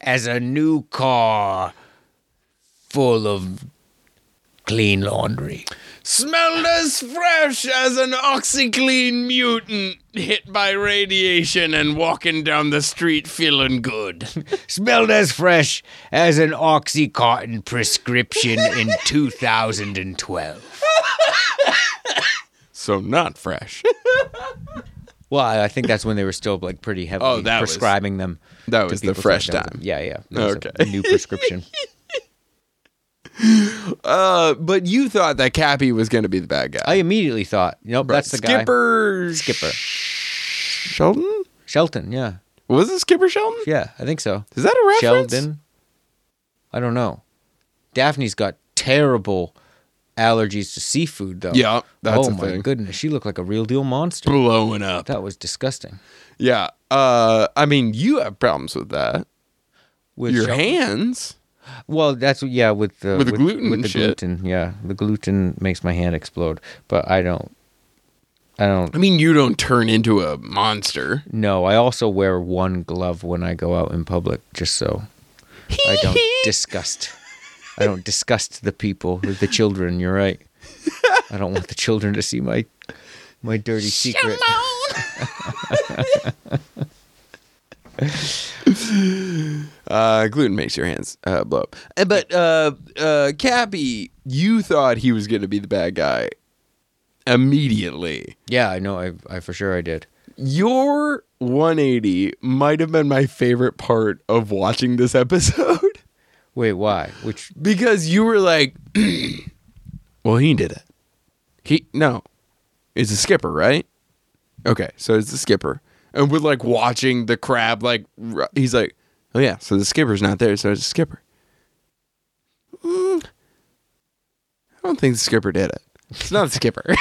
as a new car full of clean laundry.
Smelled as fresh as an OxyClean mutant hit by radiation and walking down the street feeling good.
Smelled as fresh as an Oxycontin prescription in 2012.
So not fresh.
Well, I think that's when they were still like pretty heavily
Oh, that was-
prescribing them.
That
to
was the
people, so
fresh
that was a-
time.
yeah, yeah. That was a
Okay.
new prescription.
Uh, but you thought that Cappy was going to be the bad guy.
I immediately thought, nope, that's the
Skipper
guy. Skipper.
Sheldon.
Shelton, yeah.
Was it Skipper Sheldon?
Yeah, I think so.
Is that a reference?
Sheldon? I don't know. Daphne's got terrible allergies to seafood, though.
Yeah, that's
oh
a
my
thing.
goodness, she looked like a real deal monster.
Blowing up.
That was disgusting.
Yeah. Uh, I mean, you have problems with that.
With
Your
Sheldon-
hands.
Well, that's yeah with the
With the gluten
With the
shit.
gluten, yeah, the gluten makes my hand explode. But I don't. I don't
I mean, you don't turn into a monster.
know. I also wear one glove when I go out in public, just so I don't disgust. I don't disgust the people, the children. You're right. I don't want the children to see my my dirty secret.
Uh, gluten makes your hands uh, blow up. Uh, But uh, uh, Cappy, you thought he was going to be the bad guy immediately.
Yeah, I know. I, I for sure I did.
Your 180 might have been my favorite part of watching this episode
Wait, why? Which
because you were like, "Well, he did it. He no, it's a skipper, right? Okay, so it's the skipper, and we're like watching the crab. Like r- he's like, "Oh yeah, so the skipper's not there, so it's a skipper." Mm, I don't think the skipper did it. It's not the skipper.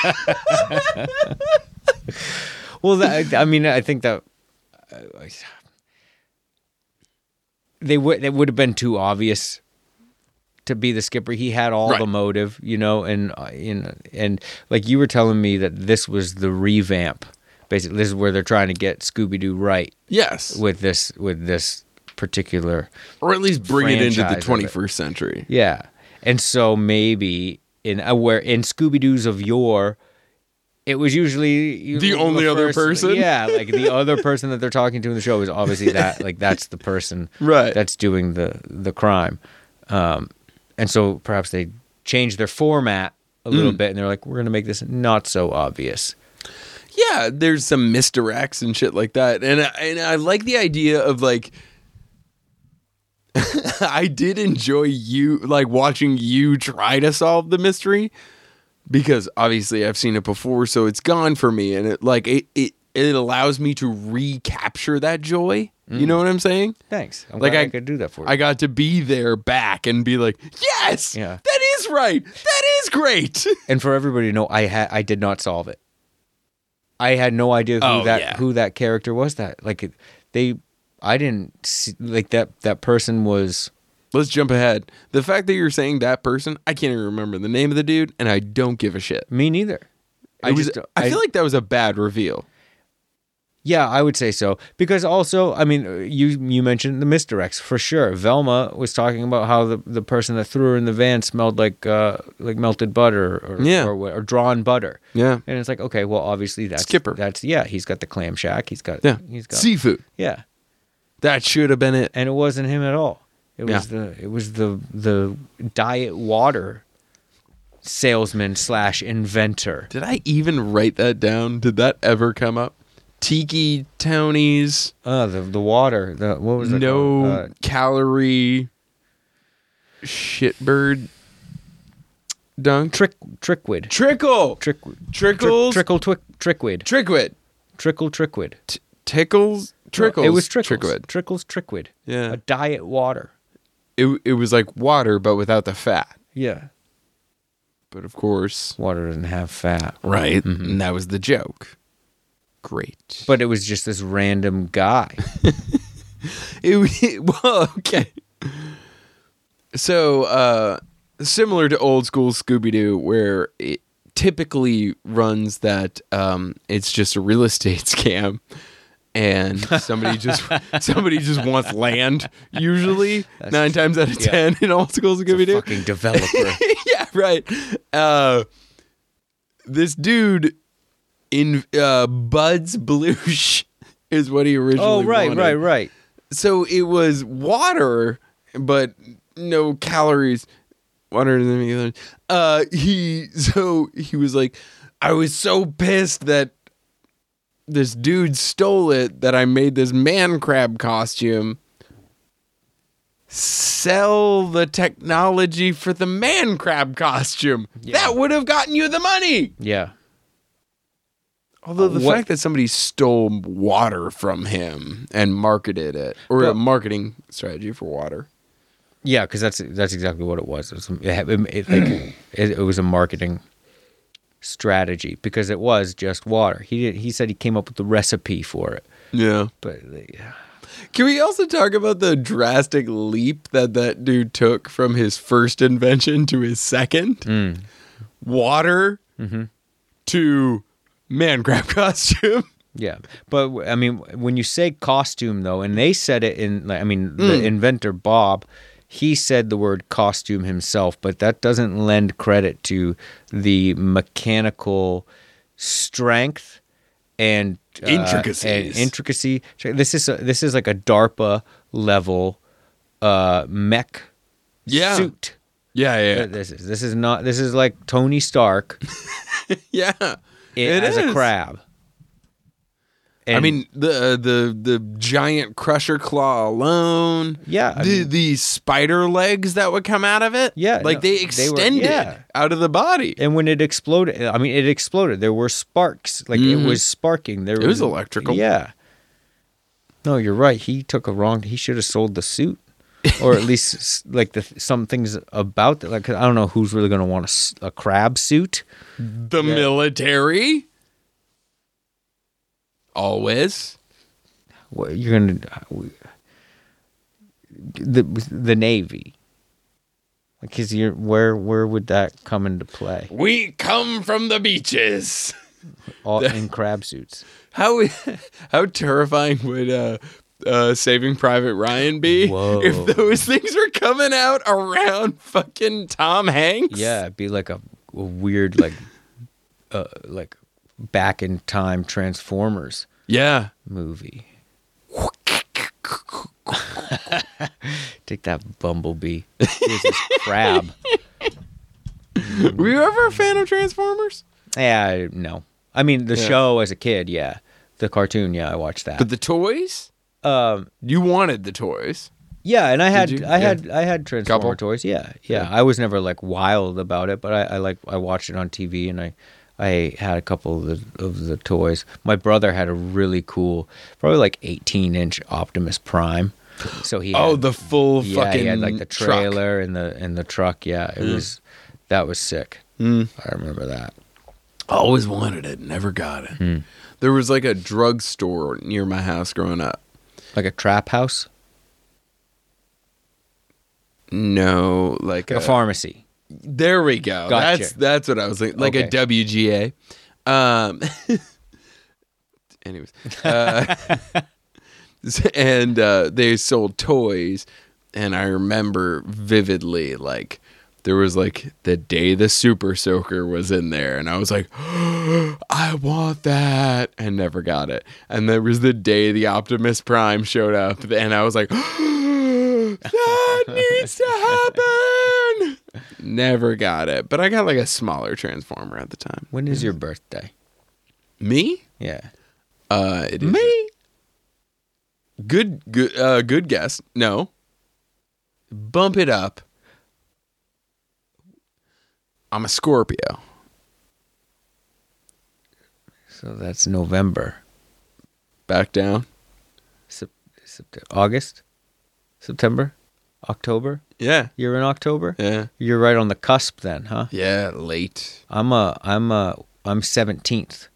Well, that, I mean, I think that uh, I- I- they would that would have been too obvious to be the skipper. He had all the
Right.
motive, you know, and uh, in and like you were telling me that this was the revamp. Basically, this is where they're trying to get Scooby Doo right
yes,
with this with this particular
or at least bring it into the
Franchise of it.
21st century.
yeah. And so maybe in uh, where in Scooby Doo's of yore, it was usually you-
The only other person?
Yeah, like the other person that they're talking to in the show is obviously that like that's the person
Right.
that's doing the the crime. Um, and so perhaps they changed their format a little bit, and they're like, we're gonna make this not so obvious.
yeah, there's some misdirects and shit like that, and I, and I like the idea of like. I did enjoy you like watching you try to solve the mystery because obviously I've seen it before, so it's gone for me, and it like it it it allows me to recapture that joy. You know what I'm saying?
Thanks. I'm
Like,
glad I,
I-
could do that for you.
I got to be there back and be like, yes,
Yeah.
that is right, that is great.
and for everybody to know, I had I did not solve it. I had no idea who
Oh,
that
yeah.
who that character was. That like it- they, I didn't see, like that that person was.
Let's jump ahead. The fact that you're saying that person, I can't even remember the name of the dude, and I don't give a shit.
Me neither.
I was.
just-
I, feel like that was a bad reveal.
yeah, I would say so because also I mean you you mentioned the misdirects for sure. Velma was talking about how the, the person that threw her in the van smelled like uh like melted butter or
Yeah.
or, what- or drawn butter.
Yeah.
and it's like okay, well obviously that's
Skipper.
That's yeah, he's got the clam shack. He's got
Yeah,
he's got
seafood.
yeah.
That should have been it.
and it wasn't him at all. It was
Yeah.
the it was the the diet water salesman slash inventor.
Did I even write that down? Did that ever come up? tiki townies,
Uh, the the water. The what was it?
no
called? Uh,
calorie shitbird dunk.
trick trickwid.
trickle,
Trick
trickles,
trickle twick trickwid.
trickwit,
Trickle trickwid.
T- tickles, trickles.
It was trickles.
trickwit.
Trickles trickwid.
Yeah.
A diet water.
It it was like water, but without the fat.
Yeah.
But of course,
Water doesn't have fat.
right? Mm-hmm. And that was the joke. Great.
But it was just this random guy.
It, it- well, okay. So, uh, similar to old school Scooby Doo, where it typically runs that um, it's just a real estate scam, and somebody just somebody just wants land. Usually, nine times out of
yeah.
ten in old school Scooby Doo,
Fucking developer.
yeah, right. Uh, this dude in uh, Bud's Blush is what he originally.
oh right,
wanted.
right, right.
So it was water, but no calories. Water and anything other. Uh, he so he was like, I was so pissed that this dude stole it that I made this man crab costume. Sell the technology for the man crab costume. That would have gotten you the money.
Yeah.
Although the
What-
fact that somebody stole water from him and marketed it, or a
Well-
marketing strategy for water.
Yeah, because that's that's exactly what it was. It, was, it, had- it- it- like, it, it was a marketing strategy because it was just water. He did, he said he came up with the recipe for it,
Yeah.
but
Can we also talk about the drastic leap that that dude took from his first invention to his second? Water to man crab costume.
yeah. But I mean, when you say costume though, and they said it in, like, I mean,
Mm.
the inventor Bob, he said the word costume himself, but that doesn't lend credit to the mechanical strength and uh, and
Intricacies.
intricacy. This is a, this is like a DARPA level uh, mech
Yeah.
suit. Uh,
Yeah, yeah,
This is this is not this is like Tony Stark
yeah. It
as
is.
a crab.
I
And-
mean, the uh, the the giant crusher claw alone.
Yeah, I
the
mean-
the spider legs that would come out of it.
Yeah,
like
no,
they
they were-
extended
yeah.
out of the body.
and when it exploded, I mean, it exploded. There were sparks, like it was sparking. There
Mm-hmm. It was electrical.
Yeah. No, you're right. He took a wrong. He should have sold the suit, or at least s- like the some things about it. Like 'cause I don't know who's really going to want a s- a, crab suit.
The military. Always.
What you're going to the the navy. Like, is your where where would that come into play?
We come from the beaches.
All in crab suits.
How how terrifying would uh, uh, Saving Private Ryan be
Whoa.
if those things were coming out around fucking Tom Hanks?
Yeah, it'd be like a, a weird like uh like back in time Transformers
yeah.
movie. Take that bumblebee. Here's this crab.
Were you ever a fan of Transformers?
Yeah, I- no. I mean the
Yeah.
show as a kid, yeah. The cartoon, yeah, I watched that.
But the toys,
um
you wanted the toys.
yeah, and I had
you? Yeah.
I had I had Transformer
Couple?
toys. Yeah, yeah. I was never like wild about it, but I, I like I watched it on TV and I I had a couple of the, of the toys. My brother had a really cool, probably like 18 inch Optimus Prime. So he
Oh,
had-
the full
yeah,
fucking
he had like the
truck. Mm.
trailer and the and the truck. Yeah, it was that was sick. I remember that.
Always wanted it, never got it.
Hmm.
There was like a drugstore near my house growing up.
Like a trap house,
No, like uh,
like a pharmacy.
There we go.
Gotcha.
That's that's what I was thinking. Like a
Okay.
WGA. Um anyways. Uh, and uh they sold toys and I remember vividly like there was like the day the super soaker was in there and I was like I want that and never got it. And there was the day the Optimus Prime showed up and I was like that needs to happen. Never got it, but I got Mm. like a smaller transformer at the time.
When is your birthday?
Me?
Yeah,
Uh, it is Good, good, uh, good guess. No. Bump it up. I'm a Scorpio.
So that's November.
Back down.
Sep- Sept- August? September? October?
Yeah.
You're in October?
Yeah.
You're right on the cusp then, huh?
Yeah. Late.
I'm a I'm a I'm 17th.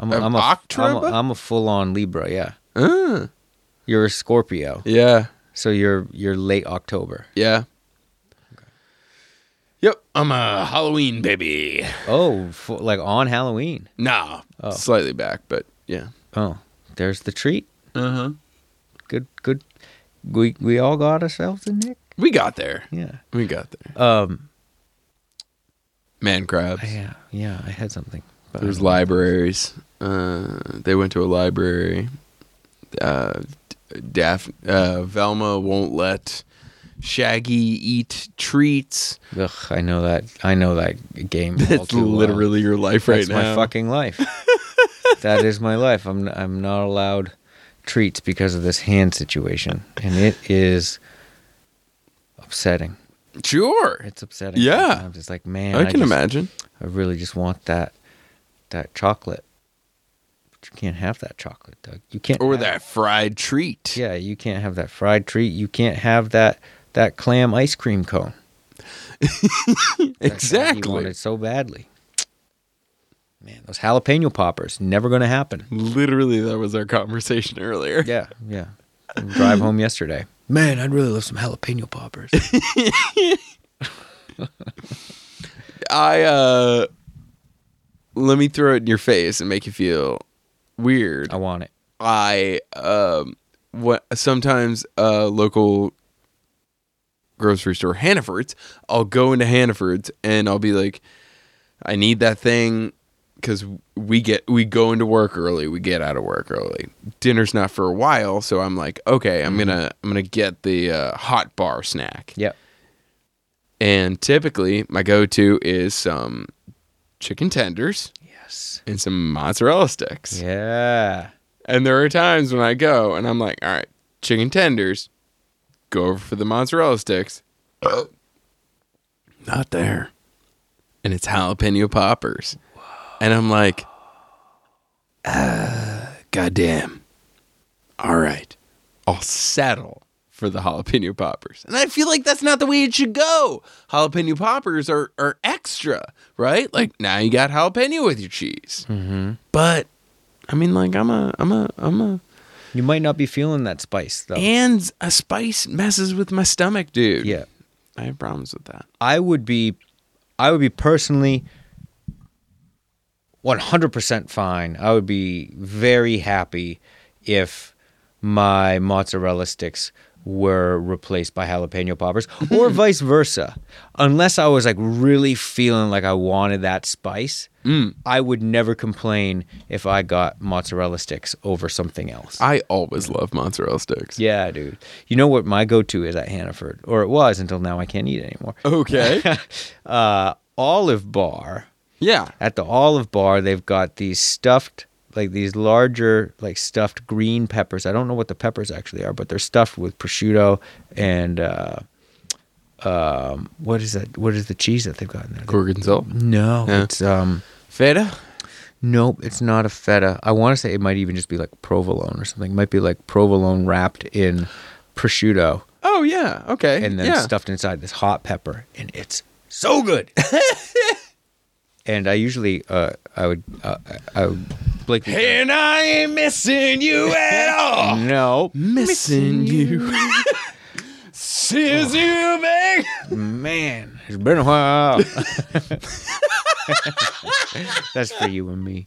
I'm a,
Of
I'm a, I'm a
October?
I'm a full-on Libra, yeah.
Uh,
You're a Scorpio.
yeah.
So you're you're late October.
Yeah. Yep.
I'm a Halloween baby.
Oh, fu- like on Halloween.
Nah.
Oh. Slightly back, but yeah.
Oh, there's the treat.
Uh
Uh-huh.
huh.
Good good we we all got ourselves a Nick.
We got there.
Yeah.
We got there.
Um
Man crabs.
yeah, yeah, I had something. But
There's libraries. Uh, they went to a library. Uh, Daph- uh, Velma won't let Shaggy eat treats.
Ugh, I know that. I know that game. all
That's
too well.
literally your life right
That's
now.
my fucking life. that is my life. I'm I'm not allowed treats because of this hand situation, and it is upsetting.
sure,
It's upsetting.
Yeah.
I'm just like man.
I can
just-
imagine.
I really just want that that chocolate. But you can't have that chocolate, Doug. You can't.
Or
have-
that fried treat.
Yeah, you can't have that fried treat. You can't have that that clam ice cream cone. That's something You
exactly.
wanted so badly. Man, those jalapeno poppers, never going to happen.
Literally, that was our conversation earlier.
Yeah, yeah. Drive home yesterday. Man, I'd really love some jalapeno poppers.
I uh, let me throw it in your face and make you feel weird.
I want it.
I um what sometimes uh local grocery store Hannaford's I'll go into Hannaford's and I'll be like I need that thing cuz we get we go into work early, we get out of work early. Dinner's not for a while, so I'm like, okay, I'm going to I'm going to get the uh, hot bar snack.
Yep.
And typically my go-to is some chicken tenders
Yes.
and some mozzarella sticks.
Yeah.
And there are times when I go and I'm like, all right, chicken tenders, go over for the mozzarella sticks. Not there. And it's jalapeno poppers. And I'm like, "Ah, goddamn. All right, I'll settle for the jalapeno poppers. And I feel like that's not the way it should go. Jalapeno poppers are, are extra, right? Like now you got jalapeno with your cheese. But I mean, like I'm a, I'm a, I'm a,
You might not be feeling that spice, though.
and a spice messes with my stomach, dude.
yeah.
I have problems with that.
I would be, I would be personally 100% fine. I would be very happy if my mozzarella sticks were replaced by jalapeno poppers or vice versa. Unless I was like really feeling like I wanted that spice, I would never complain if I got mozzarella sticks over something else.
I always love mozzarella sticks.
yeah, dude. You know what my go-to is at Hannaford, or it was until now I can't eat it anymore
Okay.
uh, Olive Bar.
yeah.
At the Olive Bar, they've got these stuffed, like these larger, like stuffed green peppers. I don't know what the peppers actually are, but they're stuffed with prosciutto and uh, um, what is that? What is the cheese that they've got in there?
Gorgonzola.
no,
Yeah.
it's um,
Feta.
nope, it's not a feta. I want to say it might even just be like provolone or something. It might be like provolone wrapped in prosciutto
Oh yeah. Okay.
and then
yeah.
stuffed inside this hot pepper, and it's so good. and I usually, uh, I would, uh, I would, Blake. would-
And I ain't missing you at all.
no,
Missing you.
Oh.
Since you make
man, it's been a while. That's for you and me.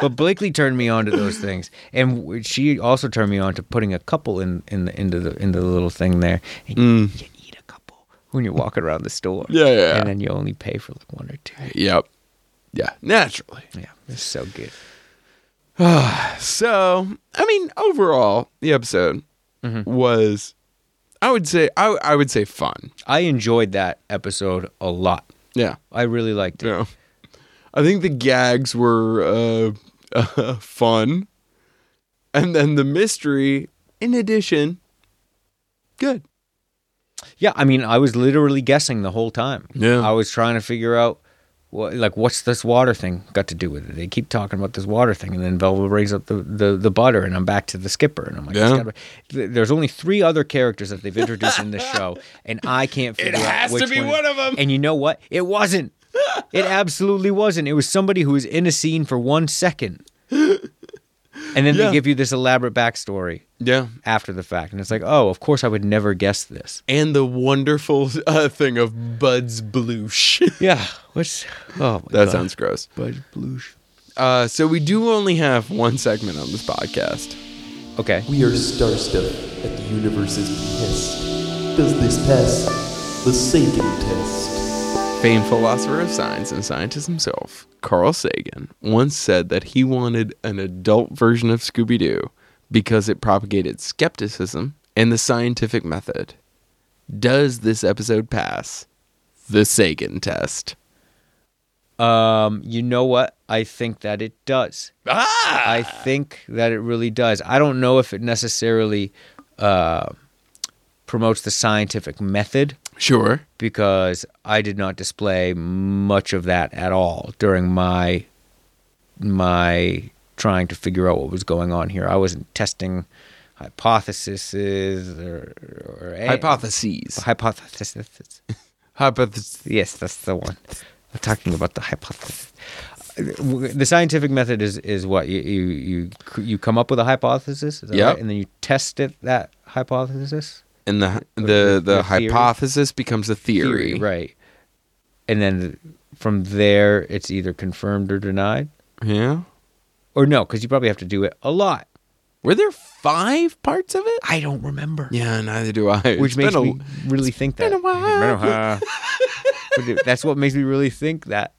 But Blakely turned me on to those things, and w- she also turned me on to putting a couple in in the into the into the little thing there, and you, you eat a couple when you're walking around the store.
Mm. Yeah, yeah, yeah.
And then you only pay for like one or two.
yep. Yeah. Naturally.
Yeah, it's so good.
So I mean, overall, the episode
Mm-hmm.
was, I would say, I I would say fun.
I enjoyed that episode a lot.
Yeah.
I really liked it.
Yeah. I think the gags were uh, uh, fun, and then the mystery. In addition, good.
Yeah, I mean, I was literally guessing the whole time.
Yeah.
I was trying to figure out, what, like, what's this water thing got to do with it? They keep talking about this water thing, and then Velva brings up the, the, the butter, and I'm back to the skipper, and I'm like, it's
Yeah.
gotta be- th- there's only three other characters that they've introduced in this show, and I can't figure out
has to
which
be one of 'em.
And you know what? It wasn't. It absolutely wasn't. It was somebody who was in a scene for one second, and then
Yeah.
they give you this elaborate backstory
Yeah.
after the fact, and it's like, oh, of course I would never guess this.
And the wonderful uh, thing of Bud's Bloosh.
Yeah. What's oh my
that
God.
sounds gross. Bud's Bloosh. Uh, so we do only have one segment on this podcast.
okay.
We are starstuck at the universe's behest. Does this pass the Sagan test?
Famed philosopher of science and scientist himself, Carl Sagan, once said that he wanted an adult version of Scooby Doo because it propagated skepticism and the scientific method. Does this episode pass the Sagan test?
Um, you know what? I think that it does. Ah! I think that it really does. I don't know if it necessarily uh, promotes the scientific method
Sure.
because I did not display much of that at all during my my trying to figure out what was going on here. I wasn't testing hypotheses or, or
Hypotheses.
hypothesis.
Hypotheses.
Yes, that's the one. We're talking about the hypothesis. The scientific method is is what you you you, c- you come up with a hypothesis, is that
Yep.
right? and then you test it that hypothesis
And the the, the
The theory?
hypothesis becomes a theory.
right? And then from there, it's either confirmed or denied,
Yeah.
or no, because you probably have to do it a lot.
Were there five parts of it?
I don't remember,
Yeah, neither do I. It's
which
been
makes
a-
me really think that.
been a while.
Been a while. But it- that's what makes me really think that.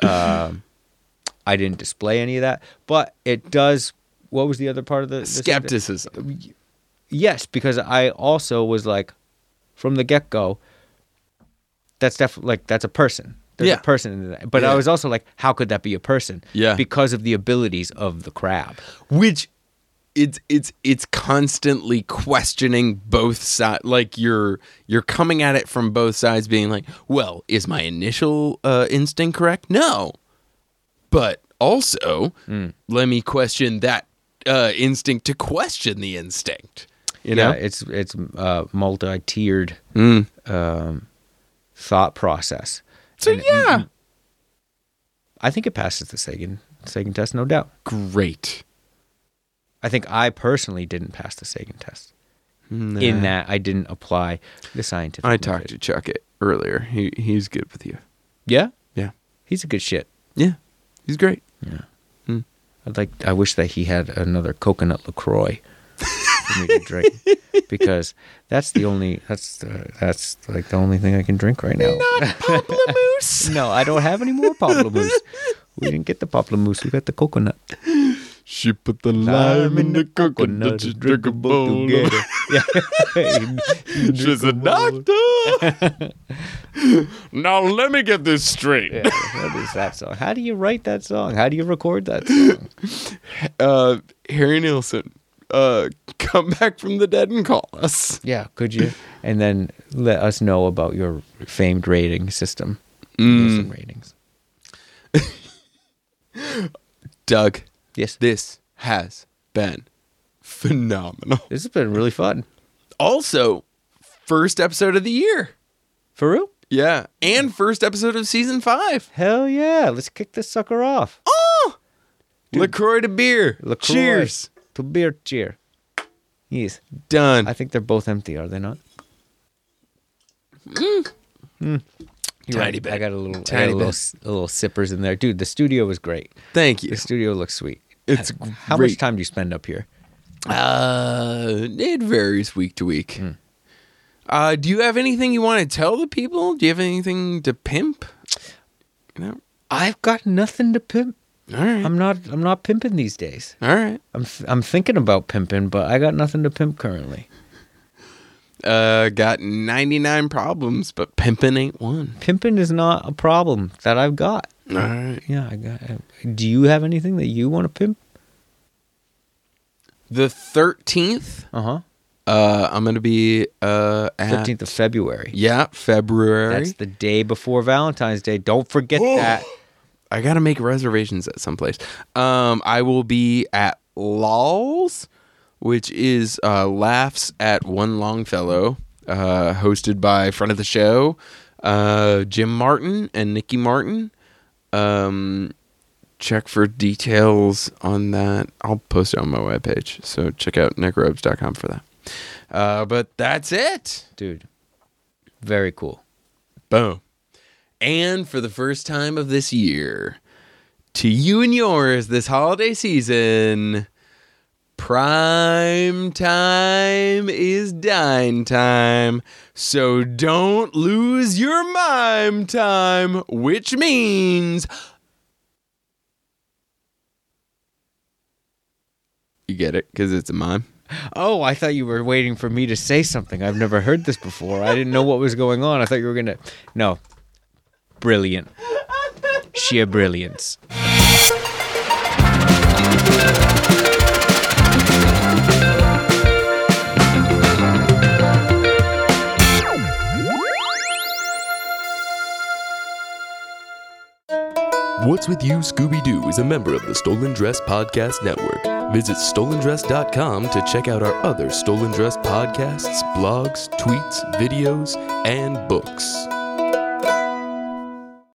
Um, I didn't display any of that, but it does. What was the other part of the the sentence?
skepticism.
Yes, because I also was like, from the get go, that's definitely like that's a person. There's
Yeah.
a person in that. But
Yeah.
I was also like, how could that be a person?
Yeah.
Because of the abilities of the crab.
which it's it's it's constantly questioning both sides like you're you're coming at it from both sides being like well is my initial uh, instinct correct no but also let me question that uh, instinct to question the instinct you know
Yeah, it's it's uh, multi tiered
Mm.
um, thought process.
so yeah
I think it passes the Sagan Sagan test, no doubt.
great
I think I personally didn't pass the Sagan test. In that I didn't apply the scientific.
i
method.
talked to chuck it earlier he he's good with you
Yeah,
yeah
he's a good shit.
yeah he's great
I'd like. I wish that he had another coconut Lacroix for me to drink because that's the only. That's the, that's like the only thing I can drink right now.
moose
no, I don't have any more poplar mousse. We didn't get the poplar mousse. We got the coconut.
she put the lime in the coconut she drink a bowl of
Yeah.
She's a doctor.
Now let me get this straight.
what is that song? How do you write that song? How do you record that song?
Uh, Harry Nielsen, uh, come back from the dead and call us.
Yeah, could you? And then let us know about your famed rating system.
Mm.
Nielsen ratings.
Doug,
Yes.
this has been phenomenal.
This has been really fun.
Also, first episode of the year.
For real?
Yeah, and first episode of season five.
Hell yeah. Let's kick this sucker off.
Oh, Lacroix to beer.
LaCroix
Cheers.
To beer cheer. Yes.
Done.
I think they're both empty, are they not? Hmm. You're
Mm. Tiny
right.
bit.
I got a little, I got
Tiny
a
bit.
little, s- a little sippers in there, dude. The studio was great.
Thank you.
The studio looks sweet.
It's
How
great.
much time do you spend up here?
Uh, it varies week to week.
Hmm.
Uh, do you have anything you want to tell the people? Do you have anything to pimp? No.
I've got nothing to pimp.
All right.
I'm not, I'm not pimping these days.
All right.
I'm, th- I'm thinking about pimping, but I got nothing to pimp currently.
Uh, got 99 problems, but pimping ain't one.
Pimping is not a problem that I've got.
All right.
Yeah, I got. Do you have anything that you want to pimp?
The 13th,
Uh huh.
uh, I'm going to be uh, at.
Fifteenth of February.
Yeah, February.
That's the day before Valentine's Day. Don't forget that.
I gotta make reservations at some place. Um, I will be at Lol's, which is uh, Laughs at One Longfellow, uh, hosted by friend of the show, uh, Jim Martin and Nikki Martin. Um, check for details on that. I'll post it on my webpage, so check out necrobes.com for that. Uh, but that's it.
Dude, very cool.
Boom. And for the first time of this year, to you and yours this holiday season, prime time is dine time. So don't lose your mime time, which means you get it because it's a mime.
Oh, I thought you were waiting for me to say something. I've never heard this before. I didn't know what was going on. I thought you were going to. No. Brilliant. Sheer brilliance.
What's with you, Scooby Doo, is a member of the Stolen Dress Podcast Network. Visit stolendress.com to check out our other Stolen Dress podcasts, blogs, tweets, videos, and books.